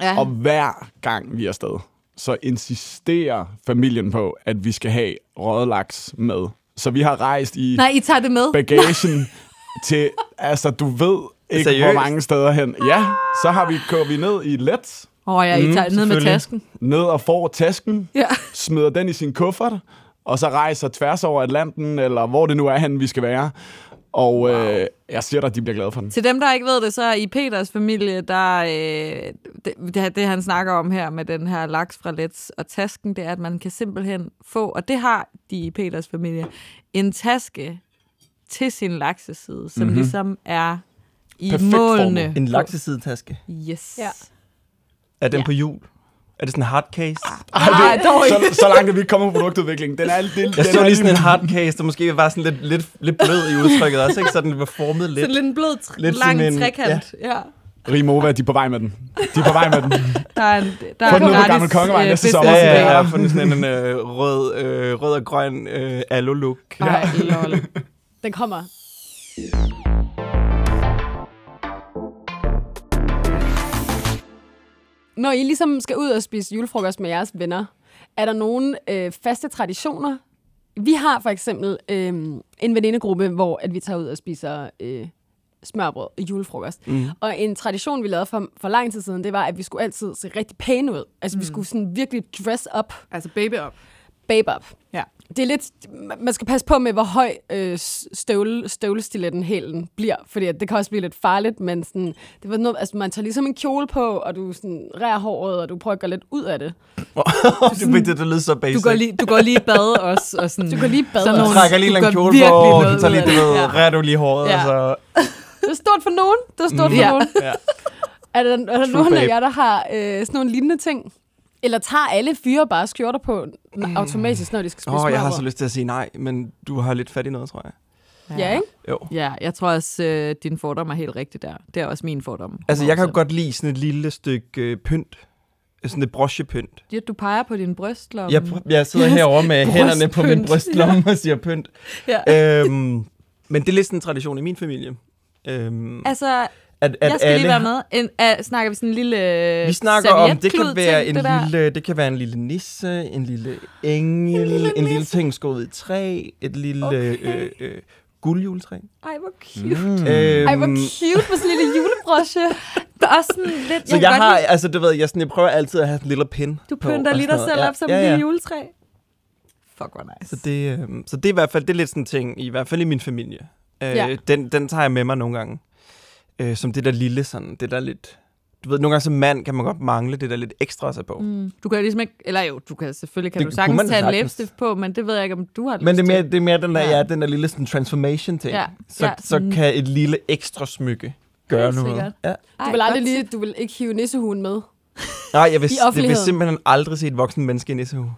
Speaker 4: Ja.
Speaker 5: Og hver gang vi er afsted, så insisterer familien på, at vi skal have røget laks med. Så vi har rejst i
Speaker 4: Nej, I tager det med.
Speaker 5: bagagen [laughs] til, altså du ved ikke, Seriøst? hvor
Speaker 6: Seriøst?
Speaker 5: mange steder hen. Ja, så har vi, kører vi ned i let,
Speaker 4: Åh oh, ja, I tager det ned med
Speaker 6: selvfølgelig.
Speaker 4: tasken.
Speaker 5: ned og får tasken,
Speaker 4: Ja.
Speaker 5: smider den i sin kuffert, og så rejser tværs over Atlanten, eller hvor det nu er hen, vi skal være. Og wow. øh, jeg siger dig, de bliver glade for den.
Speaker 4: Til dem, der ikke ved det, så er i Peters familie, der øh, det, det, det, han snakker om her med den her laks fra Let's og tasken, det er, at man kan simpelthen få, og det har de i Peters familie, en taske til sin lakseside, som mm-hmm. ligesom er i
Speaker 5: Perfekt
Speaker 4: målene.
Speaker 6: Mhm. En laksesideltaske.
Speaker 4: Yes.
Speaker 2: Ja.
Speaker 4: Ja.
Speaker 6: Er
Speaker 4: Ja.
Speaker 6: den
Speaker 4: Ah,
Speaker 6: ja. på jul? Er det sådan en hardcase?
Speaker 5: Ej, det, så, så langt er vi ikke kommet på produktudviklingen. Den er, den,
Speaker 6: Jeg
Speaker 5: den
Speaker 6: så
Speaker 5: er
Speaker 6: lige sådan
Speaker 4: [laughs]
Speaker 6: en hardcase, der måske var sådan lidt, lidt, lidt blød i udtrykket også, ikke? Så den var formet lidt.
Speaker 4: Sådan lidt en blød, tr-
Speaker 6: Lidt
Speaker 4: lang
Speaker 6: sådan en-
Speaker 4: trekant. Ja. ja.
Speaker 5: Rimova, de er på vej med den. De er på vej med den.
Speaker 4: Der er en, der er
Speaker 5: Få
Speaker 4: en
Speaker 5: den ud på
Speaker 4: gratis,
Speaker 5: Gammel Kongevej
Speaker 4: øh,
Speaker 5: næste
Speaker 4: business
Speaker 5: sommer.
Speaker 6: Ja,
Speaker 4: idé.
Speaker 6: ja, jeg har fundet sådan en øh, rød, øh, rød og grøn øh, alu-look.
Speaker 4: Ej, lol.
Speaker 2: [laughs] Den kommer. Når I ligesom skal ud og spise julefrokost med jeres venner, er der nogle øh, faste traditioner? Vi har for eksempel øh, en venindegruppe, hvor at vi tager ud og spiser øh, smørbrød i julefrokost. Mm. Og en tradition, vi lavede for, for lang tid siden, det var, at vi skulle altid se rigtig pæne ud. Altså, mm. vi skulle sådan virkelig dress up,
Speaker 4: Altså baby up.
Speaker 2: babe up
Speaker 4: Ja.
Speaker 2: det er lidt, man skal passe på med, hvor høj øh, støvle, støvlestiletten hælen bliver, fordi at det kan også blive lidt farligt, men sådan, det var noget, altså, man tager ligesom en kjole på, og du sådan, rærer håret, og du prøver at gøre lidt ud af det.
Speaker 6: du fik det, der lød så basic.
Speaker 4: Du går lige, du går lige i bad også. [laughs] Og sådan,
Speaker 2: Du kan lige bade.
Speaker 4: Sådan
Speaker 2: Sådan
Speaker 6: Du
Speaker 4: nogle-
Speaker 6: trækker lige
Speaker 4: Du
Speaker 6: en
Speaker 4: gør
Speaker 6: kjole på,
Speaker 4: virkelig
Speaker 6: og
Speaker 4: noget
Speaker 6: du tager lige,
Speaker 4: ud af
Speaker 6: du ved,
Speaker 4: det. Ja.
Speaker 6: ja. du lige håret,
Speaker 4: Ja.
Speaker 6: ja. og så...
Speaker 2: det er stort for nogen. Det er stort
Speaker 4: Mm.
Speaker 2: for
Speaker 4: Ja.
Speaker 2: nogen.
Speaker 6: Ja.
Speaker 2: Er der, er der
Speaker 6: True
Speaker 2: nogen af
Speaker 6: babe.
Speaker 2: jer, der har øh, sådan nogle lignende ting? Eller tager alle fyre bare skjorter på mm. automatisk, når de skal spise
Speaker 6: Åh, oh, jeg har
Speaker 2: smørrebrød?
Speaker 6: så lyst til at sige nej, men du har lidt fat i noget, tror jeg.
Speaker 2: Ja, ikke?
Speaker 6: Jo.
Speaker 4: Ja, jeg tror også, øh, din fordom er helt rigtig der. Det er også min fordom.
Speaker 6: Altså, jeg kan jo godt lide sådan et lille stykke øh, pynt. Øh, Sådan et brochepynt.
Speaker 4: Ja, du peger på din brystlomme.
Speaker 6: Jeg, pr-
Speaker 4: [laughs]
Speaker 6: jeg sidder herovre med hænderne på min
Speaker 4: Brystpynt.
Speaker 6: brystlomme og siger pynt.
Speaker 4: Ja.
Speaker 6: Øhm, men det er lidt sådan en tradition i min familie. Øhm,
Speaker 4: Altså,
Speaker 6: at, at
Speaker 4: jeg skal lige være med. øh, En, uh, snakker vi sådan en lille
Speaker 6: Vi snakker om, det kan
Speaker 4: servietklud-ting,
Speaker 6: være en
Speaker 4: det der?
Speaker 6: lille, det kan være en lille nisse, en lille engel, en lille, en lille ting skåret i træ, et lille okay. øh, øh, guldjuletræ.
Speaker 4: Ej, hvor cute.
Speaker 6: Mm. Øhm,
Speaker 2: Ej, hvor cute med sådan en lille julebrosje.
Speaker 4: Der er også sådan lidt...
Speaker 6: Så
Speaker 4: kan
Speaker 6: jeg
Speaker 4: godt
Speaker 6: har,
Speaker 4: lide-
Speaker 6: altså du ved, jeg, sådan, jeg prøver altid at have sådan en lille pin
Speaker 4: Du
Speaker 6: på
Speaker 4: pynter
Speaker 6: og
Speaker 4: lige dig
Speaker 6: sådan noget.
Speaker 4: selv
Speaker 6: Ja,
Speaker 4: op som
Speaker 6: ja,
Speaker 4: en
Speaker 6: ja.
Speaker 4: lille juletræ. Fuck, hvor nice.
Speaker 6: Så det, øhm, så det er i hvert fald, det er lidt sådan en ting, i hvert fald i min familie. Øh,
Speaker 2: Ja.
Speaker 6: ja. den, den tager jeg med mig nogle gange. Øh, som det der lille sådan, det der lidt... Du ved, nogle gange som mand kan man godt mangle det der lidt ekstra at sig på. Mm.
Speaker 4: Du kan ligesom ikke... Eller jo, du kan selvfølgelig kan
Speaker 6: Det
Speaker 4: du
Speaker 6: kunne
Speaker 4: sagtens
Speaker 6: man
Speaker 4: tage en
Speaker 6: sagtens.
Speaker 4: læbestift på, men det ved jeg ikke, om du har
Speaker 6: Men det er,
Speaker 4: lyst
Speaker 6: mere,
Speaker 4: til.
Speaker 6: det er mere den der,
Speaker 4: Ja.
Speaker 6: ja. den der lille sådan transformation ting.
Speaker 4: Ja,
Speaker 6: Så,
Speaker 4: ja,
Speaker 6: ja, så
Speaker 4: sådan-
Speaker 6: kan et lille ekstra smykke gøre
Speaker 4: Helt
Speaker 6: noget.
Speaker 4: sikkert.
Speaker 6: Ja.
Speaker 4: Ej,
Speaker 2: Du vil aldrig
Speaker 4: godt
Speaker 2: lige, du vil ikke hive nissehuen med.
Speaker 6: Nej, jeg
Speaker 2: I
Speaker 6: vil, jeg vil
Speaker 2: offentligheden.
Speaker 6: simpelthen aldrig se et voksen menneske i Nissehue.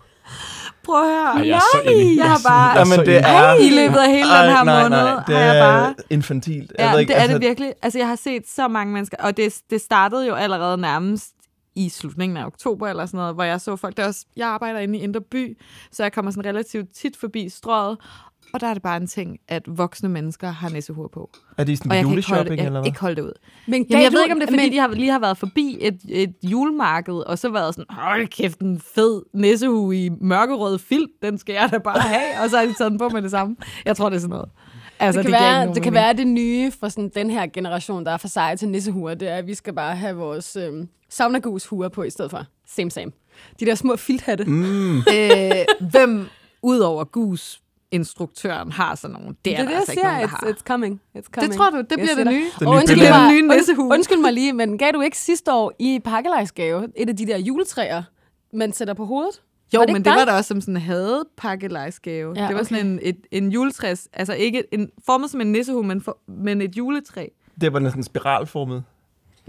Speaker 4: Prøv at høre.
Speaker 5: Ej, jeg er så enig.
Speaker 4: Jeg har
Speaker 5: så-
Speaker 4: bare-
Speaker 5: jeg er så
Speaker 6: Jamen, det
Speaker 5: enig.
Speaker 6: er...
Speaker 4: I løbet af hele den her
Speaker 6: nej,
Speaker 4: måned
Speaker 6: nej, det
Speaker 4: har jeg
Speaker 6: er
Speaker 4: bare...
Speaker 6: infantilt. Jeg
Speaker 4: Ja, ikke,
Speaker 6: ved ikke,
Speaker 4: det er
Speaker 6: altså,
Speaker 4: det virkelig. Altså, jeg har set så mange mennesker, og det, det startede jo allerede nærmest i slutningen af oktober eller sådan noget, hvor jeg så folk. Der også, jeg arbejder inde i Indre By, så jeg kommer sådan relativt tit forbi strøget, og der er det bare en ting, at voksne mennesker har næsehår på.
Speaker 6: Er det sådan
Speaker 4: Og jeg kan ikke holde det,
Speaker 6: juleshopping,
Speaker 4: jeg,
Speaker 6: eller
Speaker 4: kan
Speaker 6: hvad?
Speaker 4: ikke holde det ud.
Speaker 2: Men
Speaker 4: Jamen,
Speaker 2: gav
Speaker 4: jeg
Speaker 2: du-
Speaker 4: ved ikke, om det er, fordi
Speaker 2: men-
Speaker 4: de har, lige har været forbi et, et julemarked, og så været sådan, hold kæft, en fed nissehue i mørkerød filt, den skal jeg da bare have, og så har de taget den på med det samme. Jeg tror, det er sådan noget. Altså,
Speaker 2: Altså, det, kan
Speaker 4: giver ikke
Speaker 2: være,
Speaker 4: nogen
Speaker 2: det kan
Speaker 4: mening.
Speaker 2: være det nye for sådan den her generation, der er for seje til nissehuer, det er, at vi skal bare have vores øhm, saunagushuer på i stedet for. Same, same. De der små filthatte. Mm.
Speaker 4: øh, hvem udover Gus instruktøren har sådan nogle? Det er, det, der altså ikke nogen, der
Speaker 2: it's,
Speaker 4: har.
Speaker 2: it's coming. It's coming.
Speaker 4: Det tror du, det
Speaker 2: Jeg
Speaker 4: bliver
Speaker 2: siger
Speaker 4: det nye.
Speaker 6: Den
Speaker 2: Og
Speaker 6: nye
Speaker 2: undskyld,
Speaker 6: bølge.
Speaker 2: mig,
Speaker 4: Den nye
Speaker 2: und-
Speaker 4: nissehue.
Speaker 2: undskyld mig lige, men gav du ikke sidste år i pakkelejsgave et af de der juletræer, man sætter på hovedet?
Speaker 4: Jo,
Speaker 2: Var
Speaker 4: det
Speaker 2: det
Speaker 4: men
Speaker 2: ikke
Speaker 4: det var
Speaker 2: dig?
Speaker 4: der også som sådan havde pakkelejsgave.
Speaker 2: Ja,
Speaker 4: Ja, det var sådan en, et, en juletræs, altså ikke en, formet som en nissehue, men, for, men et juletræ.
Speaker 6: Det var næsten spiralformet.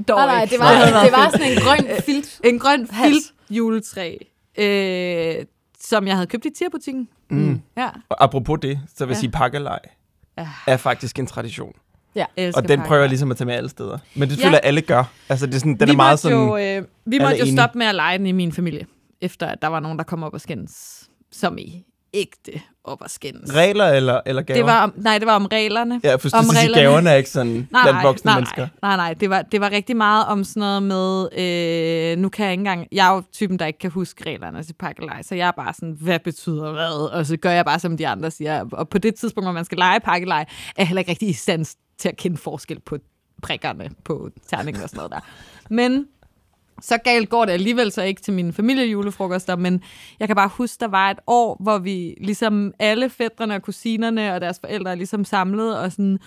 Speaker 4: Dog
Speaker 2: Nej, nej,
Speaker 4: ikke.
Speaker 2: det var, det var sådan en [laughs] grøn filt.
Speaker 4: En grøn
Speaker 2: Hals.
Speaker 4: filt juletræ, øh, som jeg havde købt i Tirbutikken.
Speaker 6: Mm.
Speaker 4: Ja,
Speaker 6: Og apropos det, så vil jeg
Speaker 4: Ja.
Speaker 6: sige, pakkelej
Speaker 4: Ja.
Speaker 6: er faktisk en tradition.
Speaker 4: jeg elsker
Speaker 6: Og den prøver
Speaker 4: pakkelej.
Speaker 6: jeg ligesom at tage med alle steder. Men det
Speaker 4: Ja.
Speaker 6: føler jeg, alle gør. Altså, det er sådan, den
Speaker 4: vi
Speaker 6: er meget
Speaker 4: måtte
Speaker 6: sådan...
Speaker 4: Jo, øh, vi måtte jo
Speaker 6: enige.
Speaker 4: stoppe med at lege den i min familie, efter at der var nogen, der kom op og skændes, som i ægte op og skændes.
Speaker 6: Regler eller, eller gaver?
Speaker 4: Det var om, nej, det var om reglerne.
Speaker 6: Ja, for
Speaker 4: om
Speaker 6: om sige,
Speaker 4: reglerne.
Speaker 6: gaverne er ikke sådan nej, blandt voksne
Speaker 4: nej,
Speaker 6: mennesker.
Speaker 4: Nej, nej, det var, det var rigtig meget om sådan noget med, øh, nu kan jeg ikke engang, jeg er jo typen, der ikke kan huske reglerne til pakkelej, så jeg er bare sådan, hvad betyder hvad? Og så gør jeg bare, som de andre siger. Og på det tidspunkt, hvor man skal lege pakkelej, er jeg heller ikke rigtig i stand til at kende forskel på prikkerne på terningen og sådan noget der. Men så galt går det alligevel så ikke til mine familiejulefrokoster, men jeg kan bare huske, der var et år, hvor vi ligesom alle fædrene og kusinerne og deres forældre er ligesom samlet, og, sådan,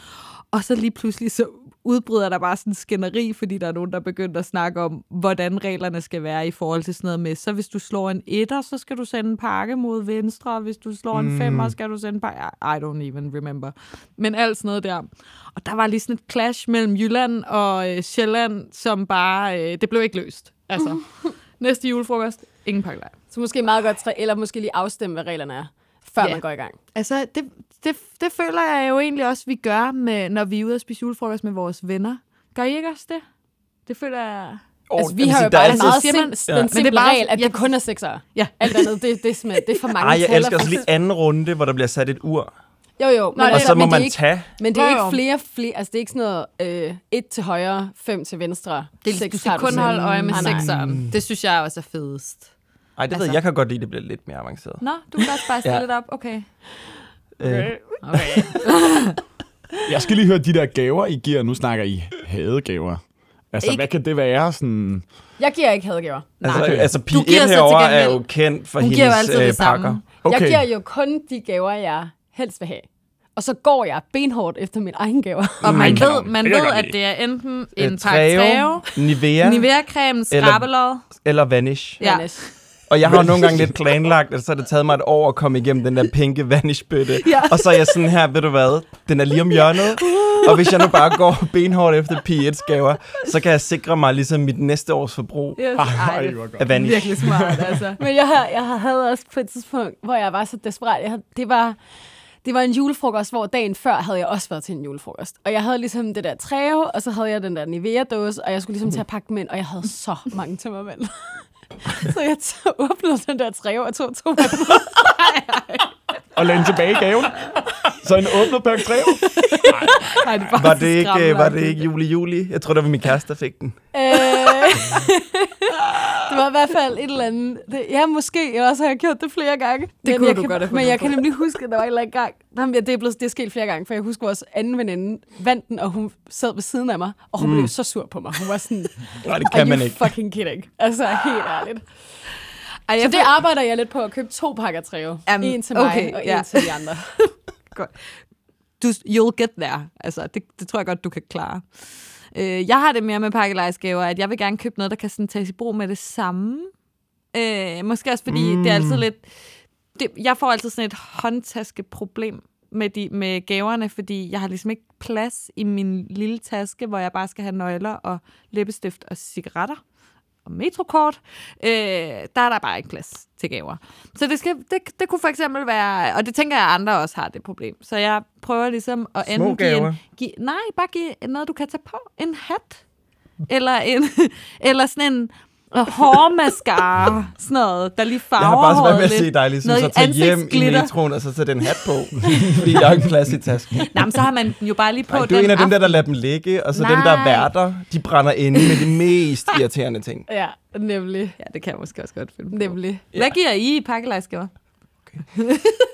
Speaker 4: og så lige pludselig så udbryder der bare sådan en skænderi, fordi der er nogen, der begynder at snakke om, hvordan reglerne skal være i forhold til sådan noget med, så hvis du slår en etter, så skal du sende en pakke mod venstre, og hvis du slår en femmer, skal du sende en pakke. I don't even remember. Men alt sådan noget der. Og der var lige sådan et clash mellem Jylland og øh, Sjælland, som bare, øh, det blev ikke løst. Altså, næste julefrokost, ingen pakkelej.
Speaker 2: Så måske meget godt træ, eller måske lige afstemme, hvad reglerne er, før
Speaker 4: Ja.
Speaker 2: man går i gang.
Speaker 4: Altså, det, det, det føler jeg jo egentlig også, vi gør, med, når vi er ude og spise julefrokost med vores venner. Gør I ikke også det? Det føler jeg...
Speaker 6: Oh,
Speaker 2: Altså, vi har jo
Speaker 6: der
Speaker 2: bare
Speaker 6: er
Speaker 2: en
Speaker 6: altid-
Speaker 2: meget
Speaker 4: siger man-
Speaker 2: sim-
Speaker 6: Ja.
Speaker 2: den
Speaker 4: det er
Speaker 2: simple
Speaker 4: bare-
Speaker 2: regel, at det
Speaker 4: ja.
Speaker 2: kun er sekser.
Speaker 4: Ja.
Speaker 2: Alt andet, det, det, er smed- det er for mange
Speaker 6: Ej, jeg
Speaker 2: tæller
Speaker 6: elsker
Speaker 2: for-
Speaker 6: også lige anden runde, hvor der bliver sat et ur,
Speaker 2: Jo, jo. Men,
Speaker 6: og så må
Speaker 2: men det
Speaker 6: man
Speaker 2: er ikke,
Speaker 6: tage.
Speaker 2: Men det er
Speaker 4: Jo,
Speaker 2: ikke
Speaker 4: jo.
Speaker 2: flere, flere, altså det er ikke sådan noget øh, et til højre, fem til venstre,
Speaker 4: Det,
Speaker 2: seks
Speaker 4: du skal
Speaker 2: har
Speaker 4: kun
Speaker 2: selv.
Speaker 4: holde øje med
Speaker 2: Ah, nej.
Speaker 6: Mm.
Speaker 4: sekseren. Det synes jeg også er fedest.
Speaker 6: Ej, det altså. ved jeg,
Speaker 4: Altså.
Speaker 6: jeg kan godt lide, det bliver lidt mere avanceret.
Speaker 4: Nå, du kan også bare stille
Speaker 6: Ja. Øh,
Speaker 4: ja. det op. Okay.
Speaker 6: Okay.
Speaker 4: okay.
Speaker 5: Jeg skal lige høre de der gaver, I giver. Nu snakker I hadegaver. Altså,
Speaker 4: Ikke-
Speaker 5: hvad kan det være? Sådan...
Speaker 2: Jeg giver ikke hadegaver.
Speaker 6: Altså,
Speaker 5: Okay.
Speaker 6: altså pige
Speaker 4: Du giver
Speaker 6: 1
Speaker 4: så til
Speaker 6: herovre er jo
Speaker 4: gengæld-
Speaker 6: kendt for
Speaker 4: Hun giver jo
Speaker 6: hendes
Speaker 4: altid
Speaker 6: øh,
Speaker 4: det samme.
Speaker 6: pakker.
Speaker 5: Okay.
Speaker 2: Okay. Jeg giver jo kun de gaver, jeg helst vil have. Og så går jeg benhårdt efter mine egne gaver.
Speaker 4: Og man
Speaker 5: Mm.
Speaker 4: ved, man
Speaker 5: Det kan jeg
Speaker 4: ved
Speaker 5: godt
Speaker 4: at
Speaker 5: lide.
Speaker 4: det er enten
Speaker 6: Øh,
Speaker 4: en pakke træve,
Speaker 6: Nivea, Nivea,
Speaker 4: Nivea-creme,
Speaker 6: Eller-
Speaker 4: skrabbelod.
Speaker 6: eller Vanish.
Speaker 4: Ja.
Speaker 2: Vanessa.
Speaker 6: Og jeg har jo nogle gange lidt planlagt, at så har det taget mig et år at komme igennem den der pinke Vanish-bøtte.
Speaker 2: Ja.
Speaker 6: Og så er jeg sådan her, ved du hvad, den er lige om hjørnet. Og hvis jeg nu bare går benhårdt efter P1's gaver, så kan jeg sikre mig ligesom mit næste års forbrug
Speaker 4: Yes. Ej, det
Speaker 5: hvor godt.
Speaker 6: af Vanish.
Speaker 4: virkelig smart, altså.
Speaker 2: Men jeg, har- jeg har- havde også på et tidspunkt, hvor jeg var så desperat. Jeg havde, det, var, det var en julefrokost, hvor dagen før havde jeg også været til en julefrokost. Og jeg havde ligesom det der træve, og så havde jeg den der Nivea-dåse, og jeg skulle ligesom til at pakke dem ind, og jeg havde så mange tømmermænd. [laughs] så jeg tog, åbnede den der træve og tog to
Speaker 5: Og lande tilbage i gaven. Så en åbnet pakke træv.
Speaker 4: Ej, det var,
Speaker 6: Var
Speaker 4: så
Speaker 6: det ikke,
Speaker 4: skræmmende.
Speaker 6: øh, var det ikke juli-juli? Jeg tror, det var min kæreste, der fik den.
Speaker 2: Øh, [laughs] det var i hvert fald et eller andet. Det, ja, måske. Jeg også har gjort det flere gange. Det
Speaker 4: kunne
Speaker 2: jeg
Speaker 4: du
Speaker 2: kan,
Speaker 4: godt have
Speaker 2: Men
Speaker 4: fundet
Speaker 2: jeg
Speaker 4: på.
Speaker 2: kan nemlig huske, at der var en eller anden gang. Jamen, ja, det, er blevet, det er sket flere gange, for jeg husker vores anden veninde vandt den, og hun sad ved siden af mig, og hun mm. blev så sur på mig. Hun var
Speaker 4: [laughs]
Speaker 2: sådan,
Speaker 6: Nej, det
Speaker 2: are
Speaker 6: kan man
Speaker 2: you
Speaker 6: ikke.
Speaker 2: fucking kidding? Altså, helt ærligt.
Speaker 4: Ej,
Speaker 2: Så
Speaker 4: jeg
Speaker 2: det arbejder jeg lidt på at købe to pakker træve.
Speaker 4: Jamen,
Speaker 2: en til mig
Speaker 4: okay,
Speaker 2: og en
Speaker 4: ja.
Speaker 2: til de andre.
Speaker 4: du, you'll get there. Altså, det, det tror jeg godt, du kan klare. Øh, jeg har det mere med pakkelejsgaver, at jeg vil gerne købe noget, der kan sådan tages i brug med det samme. Øh, måske også fordi, mm. det er altid lidt... Det, jeg får altid sådan et håndtaskeproblem med, de, med gaverne, fordi jeg har ligesom ikke plads i min lille taske, hvor jeg bare skal have nøgler og læbestift og cigaretter og metrokort, øh, der er der bare ikke plads til gaver. Så det, skal, det, det kunne for eksempel være, og det tænker jeg, at andre også har det problem. Så jeg prøver ligesom at
Speaker 6: Små
Speaker 4: enten give
Speaker 6: gaver.
Speaker 4: en, give, nej, bare give noget, du kan tage på. En hat. Eller, en, [laughs] eller sådan en og hårmascara, sådan noget, der lige farver
Speaker 6: Jeg har bare svært
Speaker 4: håret
Speaker 6: med at
Speaker 4: lidt.
Speaker 6: se dig ligesom
Speaker 4: Noget
Speaker 6: så tage hjem i
Speaker 4: ansigtsglitter. [laughs]
Speaker 6: metroen, og så tage den hat på, [laughs] fordi der er ikke plads i tasken.
Speaker 4: Nej, men så har man den jo bare lige på
Speaker 6: Nej, du er en af dem der,
Speaker 4: aften.
Speaker 6: der lader dem ligge, og så dem, der er
Speaker 4: Nej.
Speaker 6: værter, de brænder inde med de mest irriterende ting.
Speaker 2: Ja, nemlig.
Speaker 4: Ja, det kan jeg måske også godt finde på.
Speaker 2: Nemlig.
Speaker 4: Hvad giver I i pakkelejsgaver?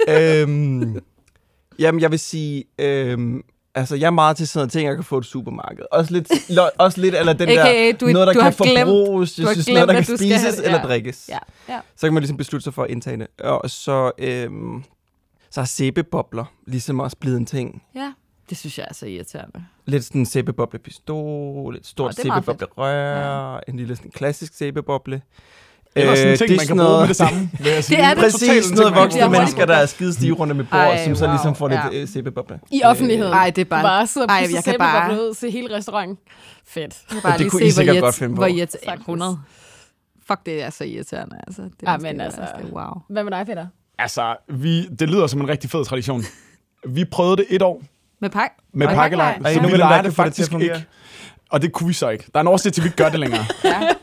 Speaker 6: øhm, jamen, jeg vil sige, øhm, altså, jeg er meget til sådan noget ting, jeg kan få i et supermarked. Også lidt, lo- også lidt eller den
Speaker 4: AKA,
Speaker 6: der,
Speaker 4: du er-
Speaker 6: noget, der
Speaker 4: du
Speaker 6: kan
Speaker 4: har glemt-
Speaker 6: forbruges, jeg
Speaker 4: har
Speaker 6: synes, noget, der
Speaker 4: glemt,
Speaker 6: kan
Speaker 4: at du skal have
Speaker 6: spises
Speaker 4: det,
Speaker 6: eller
Speaker 4: ja.
Speaker 6: drikkes.
Speaker 4: Ja, ja.
Speaker 6: Så kan man ligesom beslutte sig for at indtage det. Og så, øhm, så er sæbebobler ligesom også blevet en ting.
Speaker 4: ja. Det synes jeg er så irriterende.
Speaker 6: Lidt sådan en sæbeboblepistol, et stort
Speaker 4: Åh, det er meget fedt.
Speaker 6: sæbeboblerør, en lille sådan klassisk sæbeboble.
Speaker 5: Det var sådan en ting,
Speaker 6: Øh, det
Speaker 5: man kan bruge
Speaker 6: er sådan noget-
Speaker 5: med det samme. vil jeg
Speaker 4: [laughs]
Speaker 5: sige.
Speaker 4: Det er det.
Speaker 5: totalt en
Speaker 6: Præcis,
Speaker 5: ting, man
Speaker 6: noget
Speaker 5: kan
Speaker 6: voksne
Speaker 5: bruge.
Speaker 4: bruger.
Speaker 6: mennesker, der er skide stive runde med bordet,
Speaker 4: Ej,
Speaker 6: som så
Speaker 4: wow.
Speaker 6: ligesom får lidt
Speaker 4: Ja.
Speaker 6: øh, sæbebobler.
Speaker 2: I offentligheden.
Speaker 4: Ej, det er bare-
Speaker 2: Bare sidder
Speaker 4: Ej,
Speaker 2: og
Speaker 4: jeg
Speaker 2: jeg
Speaker 4: kan
Speaker 2: kan
Speaker 4: bare-
Speaker 2: bare... til hele restauranten. Fedt.
Speaker 4: Jeg kan bare
Speaker 6: det
Speaker 4: lige
Speaker 6: kunne
Speaker 4: se,
Speaker 6: I
Speaker 4: hvor
Speaker 6: sikkert
Speaker 4: irrit-
Speaker 6: godt finde på.
Speaker 4: Hvor irrit- ja,
Speaker 2: Sagtens.
Speaker 4: 100. Fuck, det er så irriterende, altså. Det er
Speaker 2: Ah,
Speaker 4: måske
Speaker 2: men
Speaker 4: det
Speaker 2: altså-
Speaker 4: værste. Wow.
Speaker 2: Hvad med dig, Peter?
Speaker 5: Altså, vi, det lyder som en rigtig fed tradition. Vi prøvede det et år
Speaker 4: Med pak?
Speaker 5: med
Speaker 4: Og
Speaker 5: pakkelej,
Speaker 4: pakkelej.
Speaker 6: Ej,
Speaker 5: så
Speaker 6: nu
Speaker 5: vi
Speaker 6: vil jeg
Speaker 5: leger
Speaker 6: ikke
Speaker 5: det
Speaker 6: få det til at
Speaker 5: faktisk
Speaker 6: fungere.
Speaker 5: ikke. Og det kunne vi så ikke. Der er en årsag til, at vi ikke gør det længere.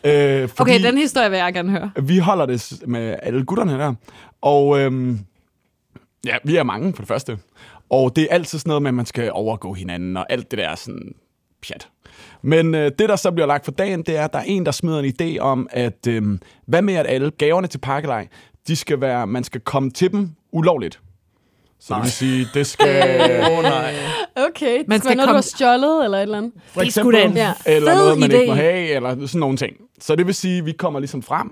Speaker 4: Ja.
Speaker 5: Øh,
Speaker 4: Okay, den historie vil jeg gerne høre.
Speaker 5: Vi holder det s- med alle gutterne der. Og øhm, Ja, vi er mange for det første. Og det er altid sådan noget med, at man skal overgå hinanden og alt det der sådan pjat. Men øh, det, der så bliver lagt for dagen, det er, at der er en, der smider en idé om, at øh, hvad med, at alle gaverne til pakkelej, de skal være, man skal komme til dem ulovligt. Så nej. det vil sige,
Speaker 4: [laughs]
Speaker 5: det skal...
Speaker 6: Åh oh, nej.
Speaker 2: Okay, det skal
Speaker 4: Man
Speaker 2: være
Speaker 4: skal
Speaker 2: noget, du
Speaker 4: komme-
Speaker 2: har stjålet eller et eller andet.
Speaker 5: For
Speaker 4: Det er sgu da en
Speaker 2: Ja.
Speaker 5: eller
Speaker 4: fed
Speaker 5: noget, man
Speaker 4: idé.
Speaker 5: ikke må have, eller sådan nogle ting. Så det vil sige, at vi kommer ligesom frem,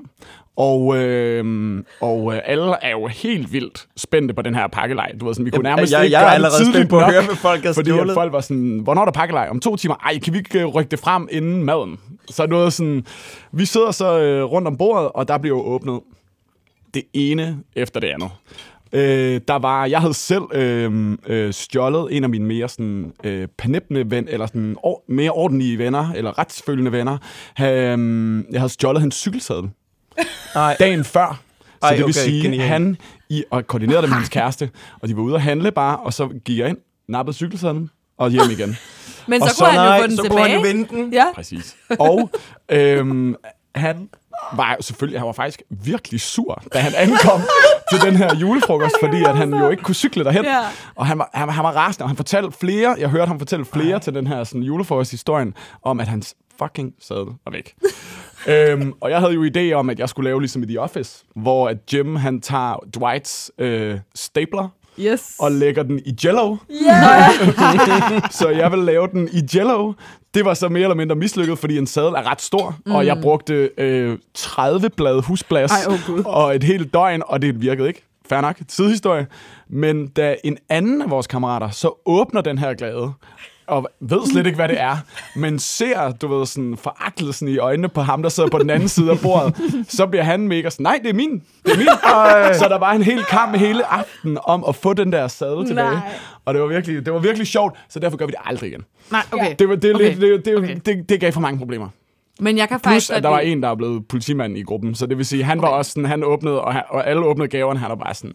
Speaker 5: og, øh, og øh, alle er jo helt vildt spændte på den her pakkelej. Du ved, sådan, vi kunne nærmest
Speaker 6: jeg,
Speaker 5: ikke
Speaker 6: jeg er
Speaker 5: gøre det
Speaker 6: allerede spændt
Speaker 5: tidligt
Speaker 6: på at
Speaker 5: nok.
Speaker 6: høre, hvad folk har
Speaker 5: Fordi at
Speaker 6: stjålet.
Speaker 5: folk var sådan, hvornår er der pakkelej? Om to timer? Ej, kan vi ikke øh, rykke det frem inden maden? Så noget sådan, vi sidder så øh, rundt om bordet, og der bliver jo åbnet det ene efter det andet. Øh, der var, jeg havde selv øh, øh, stjålet en af mine mere sådan, øh, panepne ven, eller sådan, or, mere ordentlige venner, eller retsfølgende venner. Øh, jeg havde stjålet hans cykelsadel
Speaker 6: Nej.
Speaker 5: dagen før. Så
Speaker 6: Ej,
Speaker 5: Ej, det vil
Speaker 6: okay,
Speaker 5: okay, sige,
Speaker 6: genialt.
Speaker 5: genial. han i, og koordinerede det med hans kæreste, og de var ude at handle bare, og så gik jeg ind, nappede cykelsadlen og hjem igen.
Speaker 4: Men
Speaker 5: Og
Speaker 4: så,
Speaker 5: så-
Speaker 4: så kunne han jo
Speaker 6: Nej,
Speaker 4: få den
Speaker 6: så kunne han
Speaker 4: tilbage.
Speaker 6: jo vinde
Speaker 4: [laughs]
Speaker 6: den.
Speaker 4: Ja.
Speaker 5: Præcis. Og øhm, han var jo selvfølgelig, han var faktisk virkelig sur, da han ankom til den her julefrokost, fordi at han jo ikke kunne cykle derhen.
Speaker 4: Ja.
Speaker 5: Og han var, han, var- han var rasende, og han fortalte flere, jeg hørte ham fortælle flere til den her sådan, julefrokost-historien, om at hans fucking sadel var væk. [laughs] øhm, og jeg havde jo idé om, at jeg skulle lave ligesom i The Office, hvor at Jim, han tager Dwights øh, stapler,
Speaker 4: Yes.
Speaker 5: og lægger den i jello. Yeah. [laughs] så jeg vil lave den i jello. Det var så mere eller mindre mislykket, fordi en sadel er ret stor, mm. og jeg brugte øh, 30 blade husblas
Speaker 4: Ej, åh Gud.
Speaker 5: og et helt døgn, og det virkede ikke. Fair nok, tidshistorie. Men da en anden af vores kammerater så åbner den her glade, og ved slet ikke, hvad det
Speaker 4: [laughs]
Speaker 5: er, men ser, du ved, sådan foragtelsen i øjnene på ham, der sidder på den anden side af bordet, så bliver han mega sådan, nej, det er min, det er min. så der var en hel kamp hele aften om at få den der sadel tilbage.
Speaker 2: Nej.
Speaker 5: [laughs] Og det var, virkelig, det var virkelig sjovt, så derfor gør vi det aldrig igen.
Speaker 4: Nej, okay.
Speaker 5: Det, var, det, okay.
Speaker 4: Okay,
Speaker 5: det, det, det,
Speaker 4: okay.
Speaker 5: det, det gav for mange problemer.
Speaker 4: Men jeg kan faktisk...
Speaker 5: Plus, at der var en, der er blevet politimand i gruppen, så det vil sige, han var også sådan, han åbnede, og, han, og alle åbnede gaverne, han var bare sådan,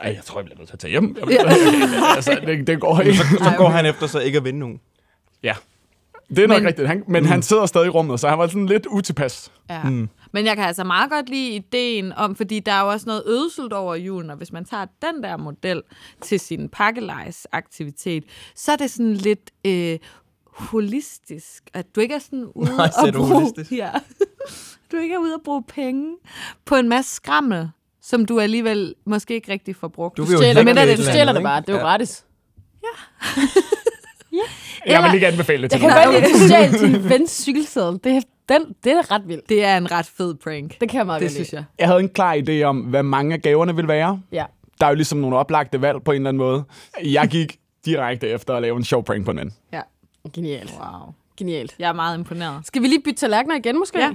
Speaker 5: ej, jeg tror, jeg bliver nødt til at tage hjem. Jeg bliver, [laughs] altså, det, det går ikke.
Speaker 6: [laughs] Så går han efter så ikke at vinde nogen.
Speaker 5: Ja. Det er nok
Speaker 4: Men- Mm.
Speaker 5: rigtigt, han, men han sidder stadig i rummet, så han var sådan lidt utilpas.
Speaker 4: Ja. Mm. Men jeg kan altså meget godt lide ideen om, fordi der er jo også noget ødselt over julen, og hvis man tager den der model til sin pakkelejsaktivitet, så er det sådan lidt øh, holistisk, at du ikke er sådan ude
Speaker 6: Nej, sagde
Speaker 4: at
Speaker 6: du
Speaker 4: bruge,
Speaker 6: holistisk?
Speaker 4: ja, [laughs] du ikke er ude at bruge penge på en masse skrammel, som du alligevel måske ikke rigtig får brugt.
Speaker 6: Du vil jo
Speaker 2: Stjæler,
Speaker 6: hækle
Speaker 2: men det,
Speaker 6: et
Speaker 2: er det, du
Speaker 6: eller
Speaker 2: stjæler
Speaker 6: andet,
Speaker 2: det bare, det er jo
Speaker 6: ikke?
Speaker 2: gratis.
Speaker 5: Jeg
Speaker 4: Eller-
Speaker 5: vil ikke anbefale det
Speaker 2: Jeg
Speaker 5: til
Speaker 2: kan
Speaker 5: nogen.
Speaker 2: godt lide, at du stjal din vens cykelseddel. Det, er- den, det er ret vildt.
Speaker 4: Det er en ret fed prank.
Speaker 2: Det kan jeg meget
Speaker 4: det
Speaker 2: godt
Speaker 4: synes
Speaker 2: lide.
Speaker 4: jeg.
Speaker 5: Jeg havde en klar idé om, hvad mange af gaverne ville være.
Speaker 2: Ja.
Speaker 5: Der er jo ligesom nogle oplagte valg på en eller anden måde. Jeg gik direkte efter at lave en sjov prank på en ven.
Speaker 4: Ja.
Speaker 2: Genialt.
Speaker 4: Wow.
Speaker 2: Genialt.
Speaker 4: Jeg er meget imponeret.
Speaker 2: Skal vi lige bytte tallerkener igen, måske?
Speaker 4: Ja.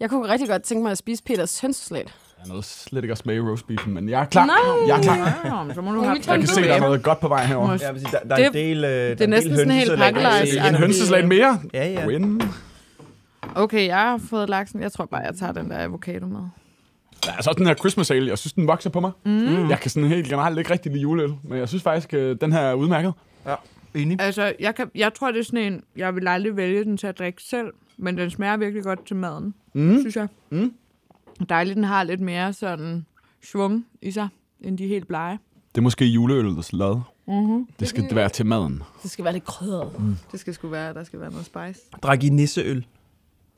Speaker 2: Jeg kunne rigtig godt tænke mig at spise Peters hønsesalat.
Speaker 5: Jeg nåede slet ikke at smage roast beefen, men jeg er klar. Jeg er klar.
Speaker 4: Nå, så må du have
Speaker 5: Jeg kan se, der er noget godt på vej herover.
Speaker 6: Ja, jeg vil sige, der, der
Speaker 4: Det-
Speaker 6: er en del, øh, det
Speaker 4: næsten sådan helt pakkelejs-
Speaker 5: En hønseslag mere?
Speaker 6: Ja, ja.
Speaker 5: Win.
Speaker 4: Okay, jeg har fået laksen. Jeg tror bare, jeg tager den der avocado med.
Speaker 5: Der er så også den her Christmas ale. Jeg synes, den vokser på mig. Mm. Jeg kan sådan helt generelt ikke rigtig lide juleøl, men jeg synes faktisk, øh, den her er udmærket.
Speaker 6: Enig.
Speaker 4: Altså, jeg, kan, jeg tror, det er sådan en, jeg vil aldrig vælge den til at drikke selv, men den smager virkelig godt til maden, mm. synes jeg. Mm. Dejligt, den har lidt mere sådan svung i sig, end de helt blege.
Speaker 5: Det er måske juleølets lod. Mm-hmm. Det skal være til maden.
Speaker 2: Det skal være lidt krydret.
Speaker 4: Det skal sgu være, der skal være noget spice.
Speaker 6: Drak I nisseøl?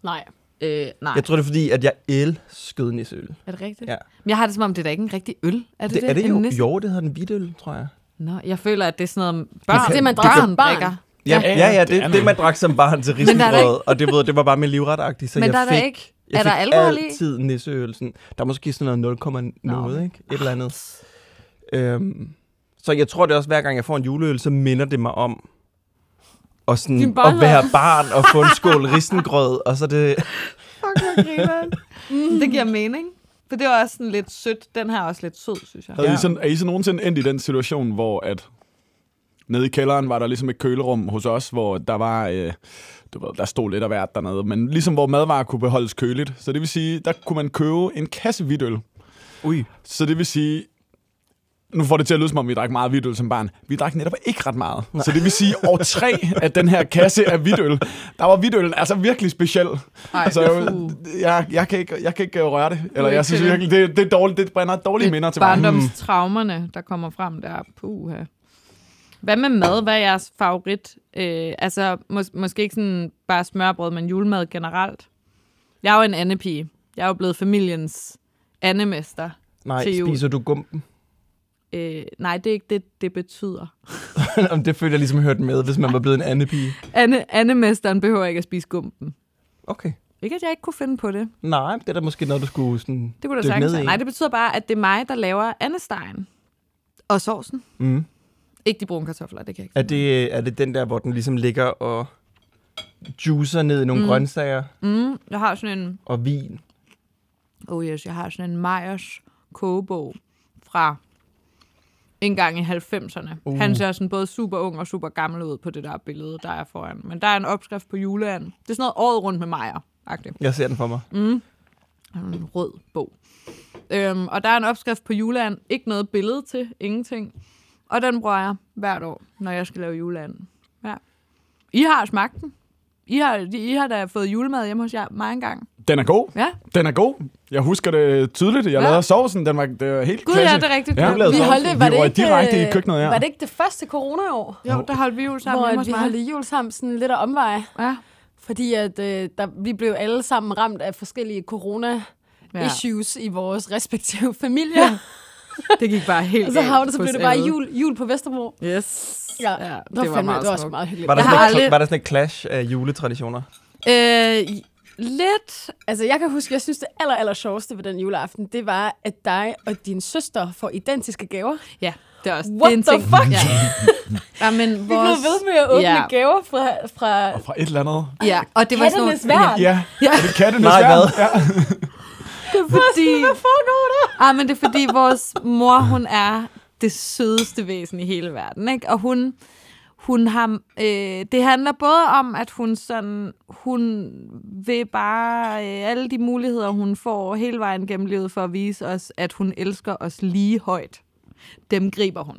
Speaker 2: Nej.
Speaker 4: Øh, nej,
Speaker 6: Jeg tror, det er fordi, at jeg elskede nisseøl.
Speaker 4: er det rigtigt?
Speaker 6: Ja.
Speaker 4: Men jeg har det som om, det er da ikke en rigtig øl. Er det det?
Speaker 6: Det, er det
Speaker 4: En
Speaker 6: jo?
Speaker 4: næste-
Speaker 6: Jo, det hedder den hvide øl, tror jeg.
Speaker 4: Nå, jeg føler, at det er sådan noget, børn,
Speaker 2: det, man drikker
Speaker 4: børn
Speaker 2: som barn.
Speaker 4: drikker.
Speaker 6: Ja,
Speaker 5: Ja,
Speaker 6: ja, ja,
Speaker 5: ja,
Speaker 6: det,
Speaker 5: det er
Speaker 6: det, det man drak som barn til
Speaker 4: der er der
Speaker 6: risengrød, og det, ved, det var bare med livretagtigt, så
Speaker 4: Men
Speaker 6: jeg
Speaker 4: der er der
Speaker 6: fik,
Speaker 4: ikke-
Speaker 6: jeg
Speaker 4: er der
Speaker 6: fik
Speaker 4: alkohol i?
Speaker 6: altid nisseøl. Sådan, der er måske sådan noget 0, noget, ikke? Et eller andet.
Speaker 4: ah.
Speaker 6: Øhm, så jeg tror det også, hver gang jeg får en juleøl, så minder det mig om
Speaker 2: Din
Speaker 6: og sådan, at
Speaker 2: barndom.
Speaker 6: være barn og få en
Speaker 4: [laughs]
Speaker 6: skål risengrød, og så det...
Speaker 4: Fuck, hvor grineren. Det giver mening. For det var også sådan lidt sødt. Den her er også lidt sød, synes jeg.
Speaker 5: Havde
Speaker 6: Ja.
Speaker 5: I sådan, er I så nogensinde endt i den situation, hvor at nede i kælderen var der ligesom et kølerum hos os, hvor der var, øh, du ved, der stod lidt af hvert dernede, men ligesom hvor madvarer kunne beholdes køligt. Så det vil sige, der kunne man købe en kasse hvidøl.
Speaker 6: Ui.
Speaker 5: Så det vil sige, nu får det til at lyde, som om vi drak meget hvidøl som barn. Vi drak netop ikke ret meget. Nej. Så det vil sige, år tre af den her kasse af hvidøl, der var hvidøl altså virkelig speciel.
Speaker 4: Ej,
Speaker 5: altså, jeg,
Speaker 4: puh.
Speaker 5: jeg, jeg, kan ikke, jeg kan ikke øh, røre det. Eller
Speaker 4: ikke
Speaker 5: jeg synes
Speaker 4: til det.
Speaker 5: virkelig, det, det, er dårligt, det brænder dårlige minder til mig.
Speaker 4: barndomstraumerne, der kommer frem der. Puha. Hvad med mad? Hvad er jeres favorit? Øh, altså, mås- måske ikke sådan bare smørbrød, men julemad generelt. Jeg er jo en andepige. Jeg er jo blevet familiens andemester.
Speaker 6: Nej,
Speaker 4: Til jul.
Speaker 6: spiser du gumpen? [laughs]
Speaker 4: Øh, nej, det er ikke det, det betyder.
Speaker 6: Om det følte jeg ligesom hørt med, hvis man var blevet en anden pige.
Speaker 4: Anne, andemesteren behøver ikke at spise gumpen.
Speaker 6: Okay.
Speaker 4: Ikke, at jeg ikke kunne finde på det.
Speaker 6: Nej, det er da måske noget, du skulle sådan...
Speaker 4: Det kunne da
Speaker 6: dykke
Speaker 4: sagtens
Speaker 6: ned
Speaker 4: være.
Speaker 6: i.
Speaker 4: Nej, det betyder bare, at det er mig, der laver andestegen. Og sovsen.
Speaker 6: Mm.
Speaker 4: Ikke de brune kartofler, det kan jeg ikke.
Speaker 6: Er det, er det den der, hvor den ligesom ligger og juicer ned i nogle mm. grøntsager
Speaker 4: Mm, jeg har sådan en
Speaker 6: og vin?
Speaker 4: Oh yes, jeg har sådan en Meyers kogebog fra en gang i 90'erne. Uh. Han ser sådan både super ung og super gammel ud på det der billede, der er foran. Men der er en opskrift på juleanden. Det er sådan noget året rundt med Meyer. -agtigt.
Speaker 6: Jeg ser den for mig. Mm.
Speaker 4: Han har en rød bog. Øhm, og der er en opskrift på juleand. Ikke noget billede til. Ingenting. Og den bruger jeg hvert år, når jeg skal lave juleand. Ja. I har smagt den. I har, I har da fået julemad hjemme hos jer mange engang.
Speaker 5: Den er god.
Speaker 4: Ja.
Speaker 5: Den er god. Jeg husker det tydeligt. Jeg ja.
Speaker 4: Ja.
Speaker 5: lavede sovsen. Den var, det var helt
Speaker 4: Gud,
Speaker 5: klasse.
Speaker 4: ja, det er rigtigt.
Speaker 5: Ja.
Speaker 4: Ja.
Speaker 5: Vi
Speaker 2: Vi
Speaker 5: lavede
Speaker 2: holdt det,
Speaker 5: sovsen.
Speaker 2: var
Speaker 5: Altså, Vi
Speaker 2: det
Speaker 5: røg
Speaker 2: ikke,
Speaker 5: direkte i
Speaker 2: øh,
Speaker 5: køkkenet, ja.
Speaker 2: Var det ikke det første coronaår,
Speaker 4: Jo, der holdt vi jul sammen hjemme
Speaker 2: hvor
Speaker 4: hos
Speaker 2: vi
Speaker 4: mig.
Speaker 2: holdt jul sammen sådan lidt af omveje?
Speaker 4: Ja.
Speaker 2: Fordi at, øh, der, vi blev alle sammen ramt af forskellige corona-issues ja. i vores respektive familier. [laughs] Ja.
Speaker 4: Det gik bare helt
Speaker 2: Og så
Speaker 4: galt
Speaker 2: havnede, så
Speaker 4: hos
Speaker 2: blev det bare
Speaker 4: alle.
Speaker 2: jul, jul på Vesterbro.
Speaker 4: Yes.
Speaker 2: Ja, det, var fandme, meget det var også
Speaker 4: smukt.
Speaker 2: meget hyggeligt.
Speaker 6: Var, der
Speaker 4: Jeg
Speaker 6: sådan
Speaker 4: har
Speaker 6: et,
Speaker 4: aldrig-
Speaker 6: aldrig... var der sådan et clash af juletraditioner?
Speaker 4: Øh, i- lidt.
Speaker 2: Altså, jeg kan huske, jeg synes, det aller, aller sjoveste ved den juleaften, det var, at dig og din søster får identiske gaver.
Speaker 4: Ja, det er også
Speaker 2: What
Speaker 4: det er en
Speaker 2: the
Speaker 4: ting.
Speaker 2: fuck?
Speaker 4: Ja. ja, men vores...
Speaker 2: [laughs] Vi blev ved med at åbne
Speaker 4: Ja.
Speaker 2: ja. gaver fra, fra
Speaker 5: Og fra et eller andet.
Speaker 4: Ja, og det var sådan
Speaker 2: kattenes værd.
Speaker 5: Ja,
Speaker 4: Ja.
Speaker 5: ja. det kan det
Speaker 6: Nej,
Speaker 5: desværre.
Speaker 6: hvad?
Speaker 4: fordi...
Speaker 2: Hvad foregår der?
Speaker 4: Ah, men det er fordi, vores mor, hun er det sødeste væsen i hele verden, ikke? Og hun, hun har, øh, det handler både om, at hun sådan, hun vil bare øh, alle de muligheder, hun får hele vejen gennem livet for at vise os, at hun elsker os lige højt. Dem griber hun.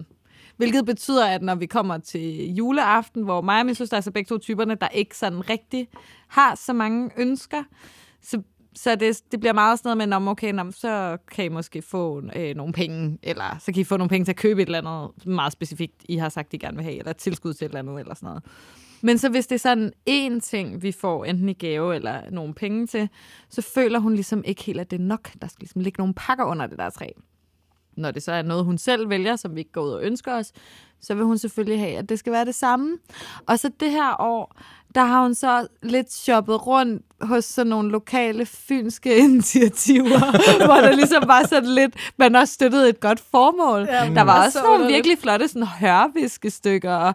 Speaker 4: Hvilket betyder, at når vi kommer til juleaften, hvor mig og min søster, altså begge to typerne, der ikke sådan rigtig har så mange ønsker, så, så det, det bliver meget sådan noget med, om okay, nå, men så kan I måske få øh, nogle penge, eller så kan I få nogle penge til at købe et eller andet meget specifikt, I har sagt, I gerne vil have, eller et tilskud til et eller andet, eller sådan noget. Men så hvis det er sådan én ting, vi får enten i gave eller nogle penge til, så føler hun ligesom ikke helt, at det er nok. Der skal ligesom ligge nogle pakker under det der træ. Når det så er noget, hun selv vælger, som vi ikke går ud og ønsker os, så vil hun selvfølgelig have, at det skal være det samme. Og så det her år, der har hun så lidt shoppet rundt hos sådan nogle lokale fynske [laughs] initiativer, hvor der ligesom var sådan lidt, man også støttede et godt formål. Ja, der var
Speaker 2: jeg
Speaker 4: også
Speaker 2: så
Speaker 4: nogle
Speaker 2: det.
Speaker 4: virkelig flotte sådan hørviskestykker, og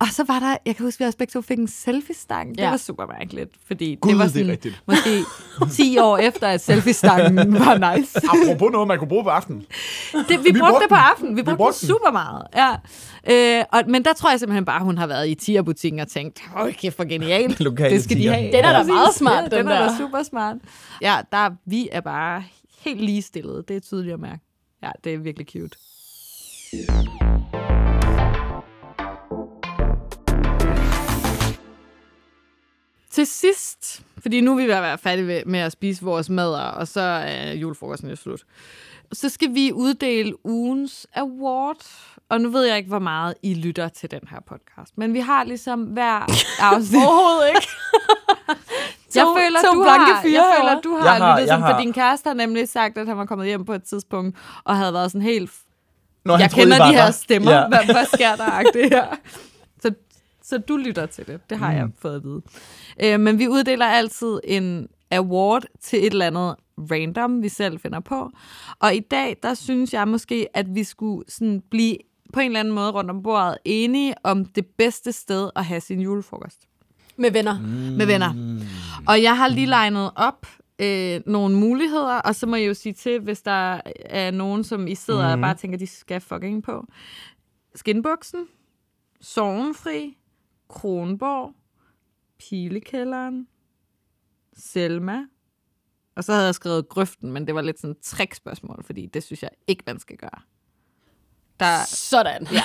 Speaker 4: og så var der, jeg kan huske, at vi også begge to fik en selfie-stang. Ja. Det
Speaker 2: Ja.
Speaker 4: var super mærkeligt, fordi
Speaker 5: Gud,
Speaker 4: det var
Speaker 5: det er
Speaker 4: sådan,
Speaker 5: rigtigt.
Speaker 4: måske 10 år efter, at selfie-stangen var nice.
Speaker 5: Apropos noget, man kunne bruge på aftenen.
Speaker 4: Det, vi, vi brugte
Speaker 5: brugte
Speaker 4: det på
Speaker 5: den.
Speaker 4: aftenen. Vi brugte, vi
Speaker 5: brugte
Speaker 4: brugte den super meget. Ja. Øh, og, men der tror jeg simpelthen bare, hun har været i tierbutikken og tænkt, hold kæft, hvor genialt. [laughs]
Speaker 6: Lokale
Speaker 4: det skal de
Speaker 6: Tier.
Speaker 4: have.
Speaker 2: Den er da
Speaker 4: Præcis.
Speaker 2: meget smart,
Speaker 4: ja,
Speaker 2: den
Speaker 4: er da
Speaker 2: der.
Speaker 4: super smart. Ja, der, vi er bare helt ligestillede. Det er tydeligt at mærke. Ja, det er virkelig cute. Til sidst, fordi nu er vi ved at være færdige ved- med at spise vores madder, og så er julefrokosten jo slut. Så skal vi uddele ugens award. Og nu ved jeg ikke, hvor meget I lytter til den her podcast, men vi har ligesom
Speaker 2: [laughs]
Speaker 4: hver afsnit...
Speaker 2: Overhovedet ikke.
Speaker 4: [laughs] Jeg
Speaker 2: To-
Speaker 4: føler,
Speaker 2: to
Speaker 4: du
Speaker 2: blanke
Speaker 4: har,
Speaker 2: fyre
Speaker 4: jeg føler,
Speaker 2: herovre.
Speaker 4: du har,
Speaker 6: Jeg har-
Speaker 4: lyttet
Speaker 6: jeg
Speaker 4: sådan, for
Speaker 6: har.
Speaker 4: din kæreste har nemlig sagt, at han var kommet hjem på et tidspunkt, og havde været sådan helt,
Speaker 6: Nå, han
Speaker 4: jeg
Speaker 6: troede, I
Speaker 4: kender
Speaker 6: var
Speaker 4: de her
Speaker 6: der.
Speaker 4: stemmer,
Speaker 6: Ja.
Speaker 4: ja. hvad, hvad sker der?
Speaker 6: [laughs]
Speaker 4: Det her. Så, så du lytter til det, det har mm. jeg fået at vide. Øh, men vi uddeler altid en award til et eller andet random, vi selv finder på. Og i dag, der synes jeg måske, at vi skulle sådan blive på en eller anden måde rundt om bordet enige om det bedste sted at have sin julefrokost
Speaker 2: Med venner.
Speaker 4: med venner.
Speaker 6: Mm.
Speaker 4: Og jeg har lige legnet op øh, nogle muligheder, og så må jeg jo sige til, hvis der er nogen, som I sidder mm. og bare tænker, de skal fucking på. Skinbuksen, Sovenfri, Kronborg, Pilekælderen, Selma, og så havde jeg skrevet grøften, men det var lidt sådan et trickspørgsmål, fordi det synes jeg ikke, man skal gøre. Der,
Speaker 2: Sådan. Ja.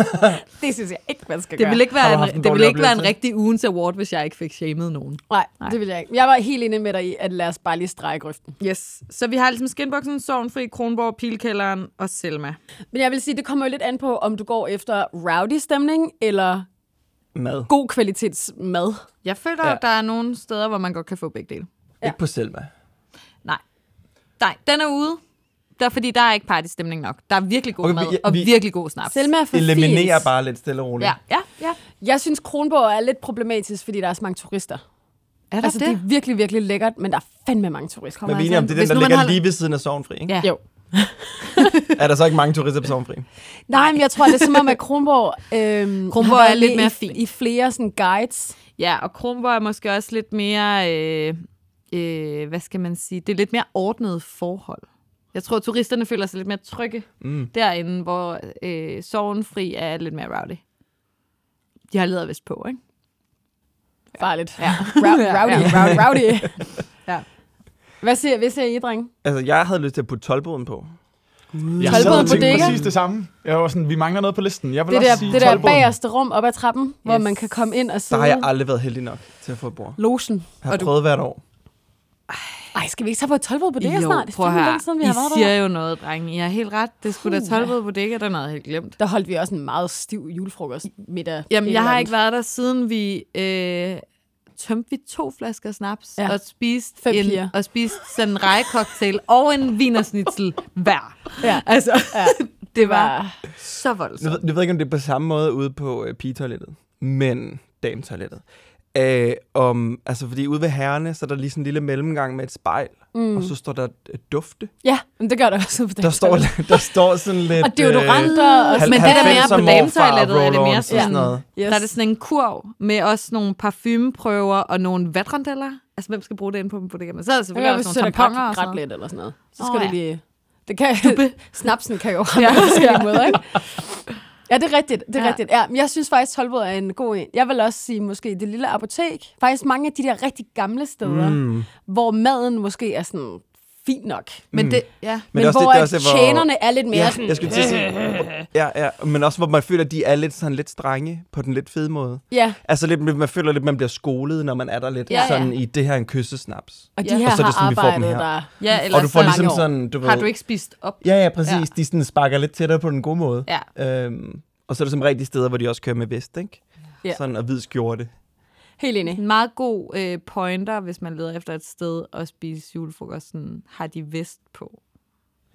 Speaker 2: [laughs] det synes jeg ikke, man skal
Speaker 4: det
Speaker 2: gøre.
Speaker 4: ville ikke
Speaker 6: Har du
Speaker 4: være
Speaker 6: haft en
Speaker 4: en, det
Speaker 6: dårlig
Speaker 4: ville ikke være en
Speaker 6: oplevelse?
Speaker 4: rigtig ugens award, hvis jeg ikke fik shamed nogen.
Speaker 2: Nej,
Speaker 4: Nej.
Speaker 2: Nej, det vil jeg ikke. Jeg var helt inde med dig i, at lad os bare lige strege grøften.
Speaker 4: Yes. Så vi har ligesom Skinboxen, Sovnfri, Kronborg, Pilkælderen og Selma.
Speaker 2: Men jeg vil sige, det kommer jo lidt an på, om du går efter rowdy stemning eller
Speaker 6: Mad.
Speaker 2: god kvalitets mad.
Speaker 4: Jeg føler,
Speaker 6: Ja.
Speaker 4: ja. at der er nogle steder, hvor man godt kan få begge dele.
Speaker 6: Ja. Ikke på Selma.
Speaker 4: Nej, den er ude. Der, fordi der er ikke partystemning nok. Der er virkelig god
Speaker 6: Okay,
Speaker 4: okay,
Speaker 6: vi-
Speaker 4: mad
Speaker 6: ja,
Speaker 4: og
Speaker 6: vi-
Speaker 4: virkelig god snaps.
Speaker 2: Selma er for
Speaker 6: Eliminerer
Speaker 2: fint.
Speaker 6: bare lidt stille og roligt.
Speaker 4: Ja, ja, ja.
Speaker 2: Jeg synes, Kronborg er lidt problematisk, fordi der er så mange turister.
Speaker 4: Er der
Speaker 2: Altså, det? det er virkelig, virkelig lækkert, men der er fandme mange turister.
Speaker 6: Men vi er enige om, det er den,
Speaker 4: altså Hvis
Speaker 6: der
Speaker 4: nu man
Speaker 6: ligger
Speaker 4: har-
Speaker 6: lige ved siden af Sovnfri, ikke?
Speaker 4: Ja.
Speaker 2: Jo.
Speaker 6: Er der så ikke mange turister på Sovnfri?
Speaker 2: Nej, men jeg tror, det er som om, at Kronborg, øhm,
Speaker 4: Kronborg
Speaker 2: har været
Speaker 4: er lidt
Speaker 2: med
Speaker 4: mere
Speaker 2: i,
Speaker 4: fin.
Speaker 2: i flere sådan, guides.
Speaker 4: Ja, og Kronborg er måske også lidt mere, øh, øh, hvad skal man sige, det er lidt mere ordnet forhold. Jeg tror, at turisterne føler sig lidt mere trygge mm. derinde, hvor øh, sovenfri er lidt mere rowdy. De har ledet vist på, ikke?
Speaker 2: Farligt. Ja. Rowdy,
Speaker 4: Ja,
Speaker 2: rowdy,
Speaker 4: ja.
Speaker 2: rowdy, rowdy.
Speaker 4: Ja.
Speaker 2: Hvad siger, hvad siger I, drenge?
Speaker 6: Altså, jeg havde lyst til at putte tolvboden på.
Speaker 5: Jeg
Speaker 2: Tolvboden
Speaker 5: sad og
Speaker 2: på
Speaker 5: tænkte
Speaker 2: dækker.
Speaker 5: præcis det samme. Jeg var sådan, vi mangler noget på listen. Jeg vil
Speaker 2: Det
Speaker 5: også
Speaker 2: der,
Speaker 5: sige
Speaker 2: det der
Speaker 5: tolvboden.
Speaker 2: bagerste rum op ad trappen, yes. hvor
Speaker 4: Yes.
Speaker 2: man kan komme ind og
Speaker 6: Der
Speaker 2: sidde.
Speaker 6: har jeg aldrig været heldig nok til at få et bord.
Speaker 2: Logen.
Speaker 6: Jeg har prøvet hvert år.
Speaker 2: Ej, skal vi ikke tage på et tolvbord på det her snart? Det er
Speaker 4: prøv at
Speaker 2: fandme
Speaker 4: høre.
Speaker 2: længe siden, vi har
Speaker 4: I
Speaker 2: været
Speaker 4: siger
Speaker 2: der.
Speaker 4: jo noget, drenge. I har helt ret. Det skulle da
Speaker 2: Puh,
Speaker 4: 12 på dækket, den havde jeg helt glemt.
Speaker 2: Der holdt vi også en meget stiv julefrokost middag.
Speaker 4: Jamen,
Speaker 2: Et
Speaker 4: jeg
Speaker 2: eller
Speaker 4: har
Speaker 2: andet.
Speaker 4: ikke været der, siden vi øh, tømte vi to flasker snaps
Speaker 2: Ja.
Speaker 4: ja. og spiste
Speaker 2: Fem piger.
Speaker 4: en, og spiste sådan en rejecocktail og en vinersnitzel hver.
Speaker 2: Ja.
Speaker 4: Altså, ja. det var
Speaker 2: Var-
Speaker 4: så
Speaker 6: Nu
Speaker 4: voldsomt.
Speaker 6: ved, jeg ved ikke, om det er på samme måde ude på øh, pigetoilettet, men dametoilettet. Øh, om, altså, fordi ude ved herrene, så er der lige sådan en lille mellemgang med et spejl, mm. og så står der øh, dufte.
Speaker 2: Ja, men det gør der også på det.
Speaker 6: Der står, [laughs] der står sådan lidt...
Speaker 2: Og deodoranter. og
Speaker 4: Men det der med at på dametoilettet, er det mere
Speaker 6: sådan,
Speaker 2: sådan-
Speaker 6: sådan noget.
Speaker 4: Yes. Der er det sådan en kurv med også nogle parfumeprøver og nogle vatrandeller. Altså, hvem skal bruge det inde på dem på det? Men så er der
Speaker 2: Jeg kan
Speaker 4: selvfølgelig
Speaker 2: godt
Speaker 4: også nogle
Speaker 2: sætte
Speaker 4: tamponer
Speaker 2: græt,
Speaker 4: og sådan
Speaker 2: græt
Speaker 4: noget.
Speaker 2: lidt eller sådan noget. Så
Speaker 4: Åh,
Speaker 2: skal oh, ja.
Speaker 4: ja.
Speaker 2: det lige... Det kan, snapsen kan [laughs] jo ramme på forskellige måder, ikke? Ja, det er rigtigt. Det er ja.
Speaker 4: Ja.
Speaker 2: rigtigt. Ja, men jeg synes faktisk, Tolbod er en god en. Jeg vil også sige, måske det lille apotek. Faktisk mange af de der rigtig gamle steder, mm. hvor maden måske er sådan fin nok.
Speaker 4: Men det, ja.
Speaker 2: Men,
Speaker 6: Mm. det er
Speaker 2: men
Speaker 6: også
Speaker 2: hvor,
Speaker 6: det- det er
Speaker 2: det,
Speaker 6: også det, hvor-
Speaker 2: tjenerne er lidt mere
Speaker 6: Ja,
Speaker 2: sådan...
Speaker 6: jeg skulle til at sige. Ja, ja, men også hvor man føler, at de er lidt sådan lidt strenge på den lidt fede måde.
Speaker 2: Ja,
Speaker 6: Altså lidt, man føler lidt, man bliver skolet, når man er der lidt
Speaker 2: Ja,
Speaker 6: ja,
Speaker 2: ja.
Speaker 6: sådan i det her er en kyssesnaps.
Speaker 2: og de
Speaker 4: Ja.
Speaker 2: her
Speaker 6: Og så er det
Speaker 2: har
Speaker 6: sådan, vi får dem
Speaker 2: arbejdet
Speaker 6: her.
Speaker 2: der.
Speaker 4: ja
Speaker 6: Og du får
Speaker 4: så
Speaker 6: ligesom
Speaker 4: mange år.
Speaker 6: sådan, du ved...
Speaker 4: Har du ikke spist op?
Speaker 6: Ja, ja, præcis.
Speaker 4: Ja.
Speaker 6: Ja. De sådan sparker lidt tættere på den gode måde.
Speaker 4: Ja.
Speaker 6: Øhm, og så er det som rigtig steder, hvor de også kører med vest, ikke?
Speaker 2: Ja.
Speaker 6: Sådan og hvid skjorte.
Speaker 2: Helt enig.
Speaker 4: En meget god øh, pointer, hvis man leder efter et sted at spise julefrokosten, har de vest på.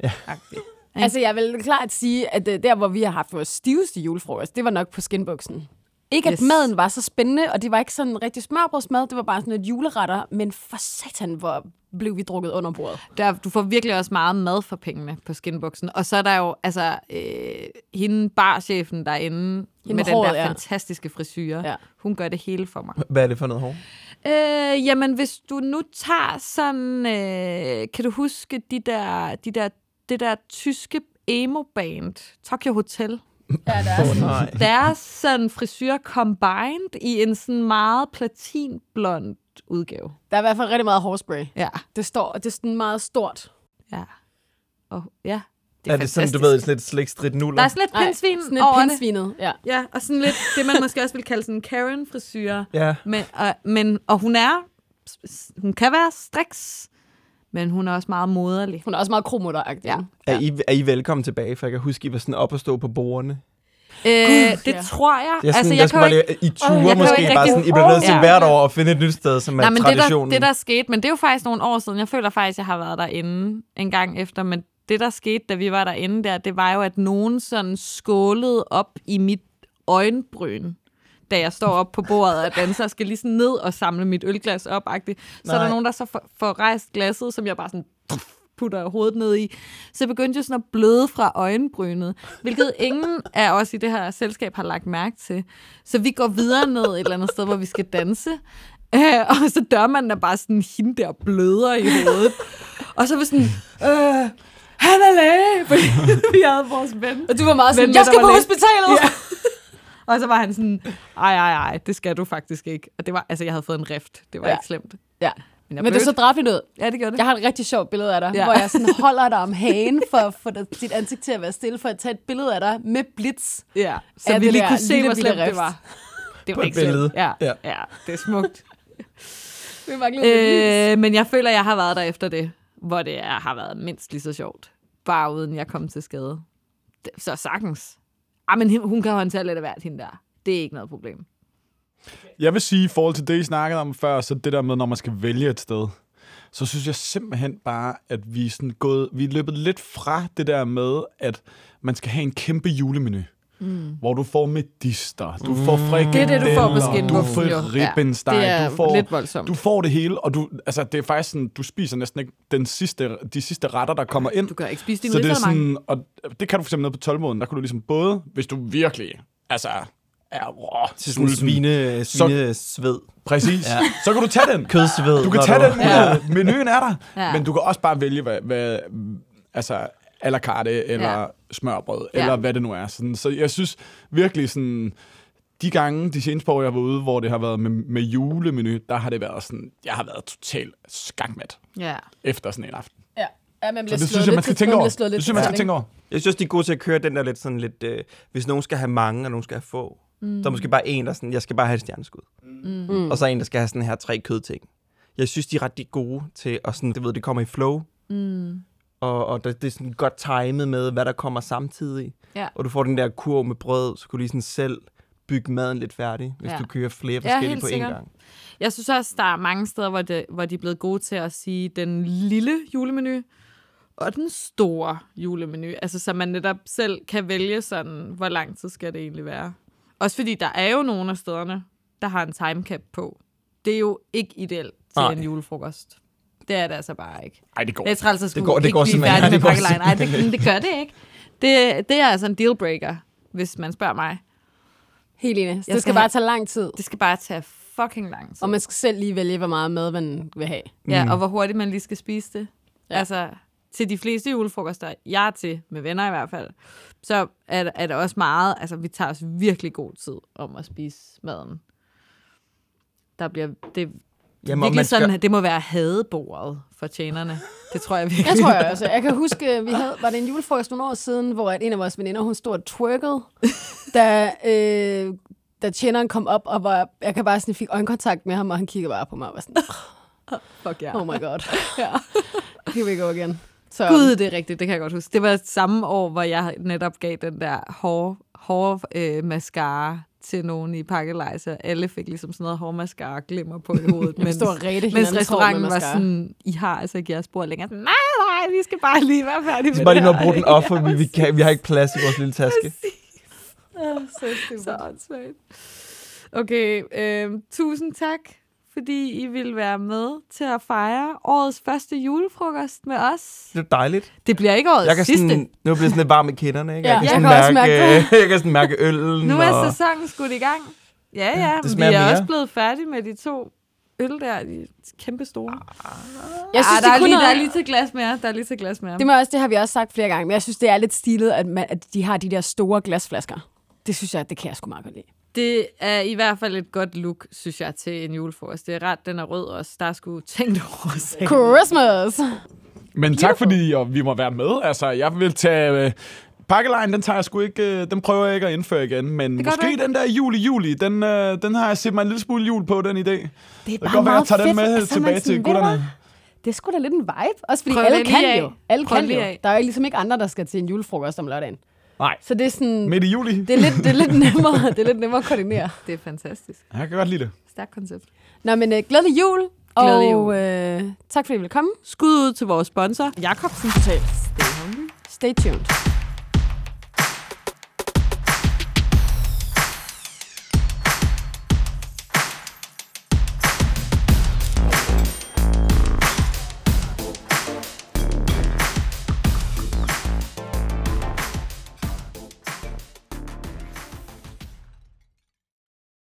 Speaker 6: Ja.
Speaker 4: Agtigt.
Speaker 2: Altså, jeg vil klart sige, at øh, der, hvor vi har haft vores stiveste julefrokost, det var nok på skinbuksen. Ikke, at yes.
Speaker 4: Yes.
Speaker 2: maden var så spændende, og det var ikke sådan en rigtig smørbrødsmad, det var bare sådan et juleretter, men for satan, hvor blev vi drukket under bordet.
Speaker 4: Der, du får virkelig også meget mad for pengene på skinbuksen. Og så er der jo altså, øh, hende barchefen derinde hende med den
Speaker 2: håret,
Speaker 4: der
Speaker 2: ja.
Speaker 4: fantastiske frisyre.
Speaker 2: Ja.
Speaker 4: Hun gør det hele for mig.
Speaker 6: Hvad er det for noget hår?
Speaker 4: Øh, jamen, hvis du nu tager sådan... Øh, kan du huske de der, de der, det der tyske emo-band, Tokyo Hotel?
Speaker 6: Åh, oh, nej.
Speaker 4: deres sådan frisyr combined i en sådan meget platinblond udgave.
Speaker 2: Der er i hvert fald rigtig meget hårspray.
Speaker 4: Ja.
Speaker 2: Det står, og det er sådan meget stort.
Speaker 4: Ja. Og, ja.
Speaker 6: Det er, er det sådan, du ved, sådan lidt slik stridt nuller?
Speaker 4: Der er sådan lidt pindsvin
Speaker 2: sådan
Speaker 4: over
Speaker 2: et pindsvinet. Ja.
Speaker 4: det. Ja, og sådan lidt det, man måske også vil kalde sådan en Karen-frisyr.
Speaker 6: Ja.
Speaker 4: Men, og, men, og hun er, s- s- hun kan være striks, men hun er også meget moderlig.
Speaker 2: Hun er også meget kromutteragtig.
Speaker 4: Ja.
Speaker 2: ikke?
Speaker 6: Er, I, er I velkommen tilbage? For jeg kan huske, I var sådan op og stå på bordene.
Speaker 4: Øh, det
Speaker 2: ja.
Speaker 4: tror jeg.
Speaker 6: Jeg, er sådan,
Speaker 4: altså,
Speaker 6: altså,
Speaker 4: jeg
Speaker 6: jeg
Speaker 4: kan jo
Speaker 6: bare
Speaker 4: ikke...
Speaker 6: lige, I ture
Speaker 4: jeg kan jo
Speaker 6: måske
Speaker 4: ikke
Speaker 6: bare
Speaker 4: rigtig-
Speaker 6: sådan, I bliver nødt til
Speaker 4: Ja.
Speaker 6: hvert år at finde et nyt sted, som er
Speaker 4: Nej, men det der,
Speaker 6: traditionen.
Speaker 4: det der skete, men det er jo faktisk nogle år siden. Jeg føler faktisk, jeg har været derinde en gang efter, men det der skete, da vi var derinde der, det var jo, at nogen sådan skålede op i mit øjenbryn da jeg står op på bordet og danser, og skal lige sådan ned og samle mit ølglas op -agtigt. Så er der
Speaker 6: Nej.
Speaker 4: nogen, der så får, får rejst glasset, som jeg bare sådan putter hovedet ned i. Så jeg begyndte jeg sådan at bløde fra øjenbrynet, hvilket ingen af os i det her selskab har lagt mærke til. Så vi går videre ned et eller andet sted, hvor vi skal danse. Øh, og så dørmanden er bare sådan, hende der bløder i hovedet. Og så er vi sådan, øh, han er læge, fordi vi havde vores ven.
Speaker 2: Og du var meget sådan,
Speaker 4: Men
Speaker 2: jeg
Speaker 4: lidt
Speaker 2: skal på
Speaker 4: over lidt.
Speaker 2: hospitalet! Ja.
Speaker 4: Og så var han sådan, ej, ej, ej, det skal du faktisk ikke. Og det var, altså, jeg havde fået en rift. Det var
Speaker 2: Ja.
Speaker 4: ikke slemt.
Speaker 2: ja.
Speaker 4: Men jeg
Speaker 2: Men det
Speaker 4: blødte.
Speaker 2: så dræbt lidt ud.
Speaker 4: Ja, det gjorde det.
Speaker 2: Jeg har et rigtig sjovt billede af dig, ja.
Speaker 4: Ja.
Speaker 2: hvor jeg sådan holder dig om hagen for at få dig, dit ansigt til at være stille, for at tage et billede af dig med blitz.
Speaker 4: Ja, så
Speaker 2: Ja,
Speaker 4: vi
Speaker 2: det
Speaker 4: lige
Speaker 2: der
Speaker 4: kunne se,
Speaker 2: lille
Speaker 4: hvor
Speaker 2: bitte
Speaker 4: slemt det
Speaker 2: rift.
Speaker 4: var. Det var
Speaker 6: På et
Speaker 4: ikke slemt.
Speaker 6: billede.
Speaker 4: Ja,
Speaker 6: Ja.
Speaker 4: ja. ja, det er smukt.
Speaker 2: Vi manglede øh,
Speaker 4: øh, men jeg føler, jeg har været der efter det, hvor det er, har været mindst lige så sjovt. Bare uden jeg kom til skade. Det- Så sagtens. Ah, men hun- hun kan håndtere lidt af hvert, hende der. Det er ikke noget problem.
Speaker 5: Jeg vil sige, i forhold til det, I snakkede om før, så det der med, når man skal vælge et sted, så synes jeg simpelthen bare, at vi er, sådan gået, vi er løbet lidt fra det der med, at man skal have en kæmpe julemenu. Mm. Hvor du får medister, du får frikadeller,
Speaker 4: Mm. det, du får på
Speaker 5: du
Speaker 4: skinbuffen,
Speaker 5: får
Speaker 4: jo. Ja,
Speaker 5: ribbensteg,
Speaker 4: det er
Speaker 5: du får,
Speaker 4: lidt voldsomt.
Speaker 5: Du får det hele, og du, altså, det er faktisk sådan, du spiser næsten ikke den sidste, de sidste retter, der kommer ind.
Speaker 4: Du kan ikke spise din
Speaker 5: Så det, er
Speaker 4: sådan...
Speaker 5: sådan, og det kan du for eksempel nede på tolvmåden, der kan du ligesom både, hvis du virkelig altså, er rå,
Speaker 6: Til sådan en
Speaker 5: sulten,
Speaker 6: svine, svine sved.
Speaker 5: Præcis.
Speaker 6: Ja.
Speaker 5: Ja. Så kan du tage den.
Speaker 6: Kødsved.
Speaker 5: Du kan
Speaker 6: når
Speaker 5: tage den.
Speaker 6: Ja.
Speaker 5: Ja. Menuen er der.
Speaker 4: Ja.
Speaker 5: Ja. Men du kan også bare vælge, hvad, hvad altså, a la carte, eller
Speaker 4: Ja.
Speaker 5: ja. smørbrød,
Speaker 4: Ja.
Speaker 5: eller hvad det nu er. Sådan, så jeg synes virkelig sådan... De gange, de seneste par år, jeg var ude, hvor det har været med, med julemenu, der har det været sådan, jeg har været totalt skakmat
Speaker 4: Ja.
Speaker 5: efter sådan en aften.
Speaker 2: ja. ja, man bliver
Speaker 5: Så det
Speaker 2: slået
Speaker 5: synes jeg,
Speaker 2: lidt
Speaker 5: man skal
Speaker 2: til-
Speaker 5: tænke over.
Speaker 2: bliver
Speaker 5: Det
Speaker 2: slået lidt
Speaker 5: synes jeg, man
Speaker 2: til
Speaker 5: skal
Speaker 2: tanden,
Speaker 5: tænke over.
Speaker 6: Jeg synes, de er gode til at køre den der lidt sådan lidt, øh, hvis nogen skal have mange, og nogen skal have få, mm. så er måske bare en, der sådan, jeg skal bare have et stjerneskud. Mm. Og så en, der skal have sådan her tre kødting. Jeg synes, de er ret de gode til, og sådan, det ved, det kommer i flow. Mm. Og, og det, det er sådan godt timet med, hvad der kommer samtidig.
Speaker 4: Ja.
Speaker 6: Og du får den der kurv med brød, så kan du lige sådan selv bygge maden lidt færdig, hvis
Speaker 4: Ja.
Speaker 6: ja. du kører flere
Speaker 4: Ja,
Speaker 6: forskellige
Speaker 4: helt
Speaker 6: på én
Speaker 4: sikkert.
Speaker 6: gang.
Speaker 4: Jeg synes også, der er mange steder, hvor, det, hvor de er blevet gode til at sige den lille julemenu og den store julemenu. Altså, så man netop selv kan vælge sådan, hvor lang tid skal det egentlig være. Også fordi der er jo nogle af stederne, der har en timecap på. Det er jo ikke ideelt til
Speaker 6: Nej.
Speaker 4: en julefrokost. Det er det altså bare ikke.
Speaker 5: Ej, det går.
Speaker 4: Det er træls at skulle
Speaker 6: Det går- det
Speaker 4: ikke
Speaker 6: går
Speaker 4: blive
Speaker 6: [laughs] simpelthen
Speaker 4: færdig med
Speaker 6: ikke. Det går
Speaker 4: pakkelejen. Nej, det, men det gør det ikke. Det, det er altså en dealbreaker, hvis man spørger mig.
Speaker 2: Helt enig. Så
Speaker 4: Jeg
Speaker 2: det
Speaker 4: skal
Speaker 2: skal bare
Speaker 4: have-
Speaker 2: tage lang tid.
Speaker 4: Det skal bare tage fucking lang tid.
Speaker 2: Og man skal selv lige vælge, hvor meget mad man vil have.
Speaker 4: Ja,
Speaker 6: Mm.
Speaker 4: og hvor hurtigt man lige skal spise det. Ja. Altså, til de fleste julefrokoster, jeg er til, med venner i hvert fald, så er, der- er der også meget, altså vi tager os virkelig god tid om at spise maden. Der bliver, det er
Speaker 6: Jamen, og man
Speaker 4: virkelig
Speaker 6: skal-
Speaker 4: sådan, at det må være hadebordet for tjenerne. Det tror jeg
Speaker 2: [laughs]
Speaker 4: virkelig.
Speaker 2: Jeg tror jeg også. Jeg kan [laughs] huske, vi havde, var det en julefrokost nogle år siden, hvor at en af vores veninder, hun stod og [laughs] twerkede, da, øh, da tjeneren kom op, og var, jeg kan bare sådan, fik øjenkontakt med ham, og han kiggede bare på mig og var sådan,
Speaker 4: Fuck ja.
Speaker 2: oh my god, here we go again. Så,
Speaker 4: Gud, det er rigtigt, det kan jeg godt huske. Det var samme år, hvor jeg netop gav den der hårde, hårde øh, mascara til nogen i pakkelej, så alle fik ligesom sådan noget hård mascara og glimmer på
Speaker 2: [laughs]
Speaker 4: i hovedet.
Speaker 2: Mens, stod og redte
Speaker 4: Mens
Speaker 2: hinandens hår med
Speaker 4: restauranten var
Speaker 2: mascara.
Speaker 4: sådan, I har altså ikke jeres bord længere. Sådan, Nej, nej, vi skal bare lige være færdige
Speaker 6: Vi
Speaker 4: med
Speaker 6: skal bare lige nå at
Speaker 4: her,
Speaker 6: bruge den
Speaker 4: ikke?
Speaker 6: op, for vi, vi,
Speaker 4: [laughs]
Speaker 6: kan, vi har ikke plads i vores lille taske.
Speaker 4: Ah, Så åndssvagt. Okay, øh, tusind tak, fordi I ville være med til at fejre årets første julefrokost med os.
Speaker 6: Det er dejligt.
Speaker 4: Det bliver ikke årets
Speaker 6: Jeg kan
Speaker 4: sidste.
Speaker 6: sådan, nu bliver jeg sådan lidt varm i kinderne, ikke?
Speaker 2: Ja,
Speaker 6: jeg
Speaker 2: jeg
Speaker 6: kan,
Speaker 2: kan også
Speaker 6: sådan mærke,
Speaker 2: mærke
Speaker 6: [laughs] jeg kan sådan mærke øllen.
Speaker 4: Nu er
Speaker 6: og...
Speaker 4: sæsonen skudt i gang. Ja, ja,
Speaker 6: det
Speaker 4: vi
Speaker 6: smager
Speaker 4: er
Speaker 6: mere.
Speaker 4: også blevet færdige med de to øl der, de kæmpe store.
Speaker 2: jeg synes,
Speaker 4: ah, der, er
Speaker 2: det kunne
Speaker 4: lige, der er
Speaker 2: noget.
Speaker 4: lige til et glas mere, der er lige til et glas mere.
Speaker 2: Det, må jeg også, det har vi også sagt flere gange, men jeg synes, det er lidt stilet, at, man, at de har de der store glasflasker. Det synes jeg, det kan jeg sgu meget godt lide.
Speaker 4: Det er i hvert fald et godt look, synes jeg, til en julefrokost. Det er ret, den er rød også. Der er sgu tænkt over sagen.
Speaker 2: Christmas!
Speaker 5: Men tak fordi og vi må være med. Altså, jeg vil tage... Øh, pakkelejen, den tager jeg sgu ikke, øh, den prøver jeg ikke at indføre igen, men
Speaker 4: gør du
Speaker 5: måske
Speaker 4: ikke.
Speaker 5: den der juli-juli, den, øh, den har jeg set mig en lille smule jul på, den idé. Det
Speaker 2: Det er
Speaker 5: kan godt være, jeg tager den med
Speaker 2: at så er altså, man
Speaker 5: tilbage til
Speaker 2: sådan, ved du hvad?
Speaker 5: gutterne.
Speaker 2: Det er sgu da lidt en vibe, også fordi
Speaker 4: Prøv
Speaker 2: alle
Speaker 4: det lige
Speaker 2: kan
Speaker 4: af.
Speaker 2: jo. Alle
Speaker 4: Prøv
Speaker 2: kan
Speaker 4: det
Speaker 2: jo.
Speaker 4: lige af.
Speaker 2: Der er jo ligesom ikke andre, der skal til en julefrokost om lørdagen.
Speaker 5: Nej.
Speaker 2: Så det er sådan...
Speaker 5: Midt i juli.
Speaker 2: Det er, lidt, det, er lidt nemmere, det er lidt nemmere at koordinere.
Speaker 4: Det er fantastisk.
Speaker 5: Jeg kan godt lide det.
Speaker 4: Stærkt koncept.
Speaker 2: [laughs] Nå, men øh, glædelig jul.
Speaker 4: Glædelig
Speaker 2: og
Speaker 4: jul.
Speaker 2: Øh, tak fordi I ville komme.
Speaker 4: Skud ud til vores sponsor, Jakobsen Hotel. Stay hungry.
Speaker 2: Stay tuned.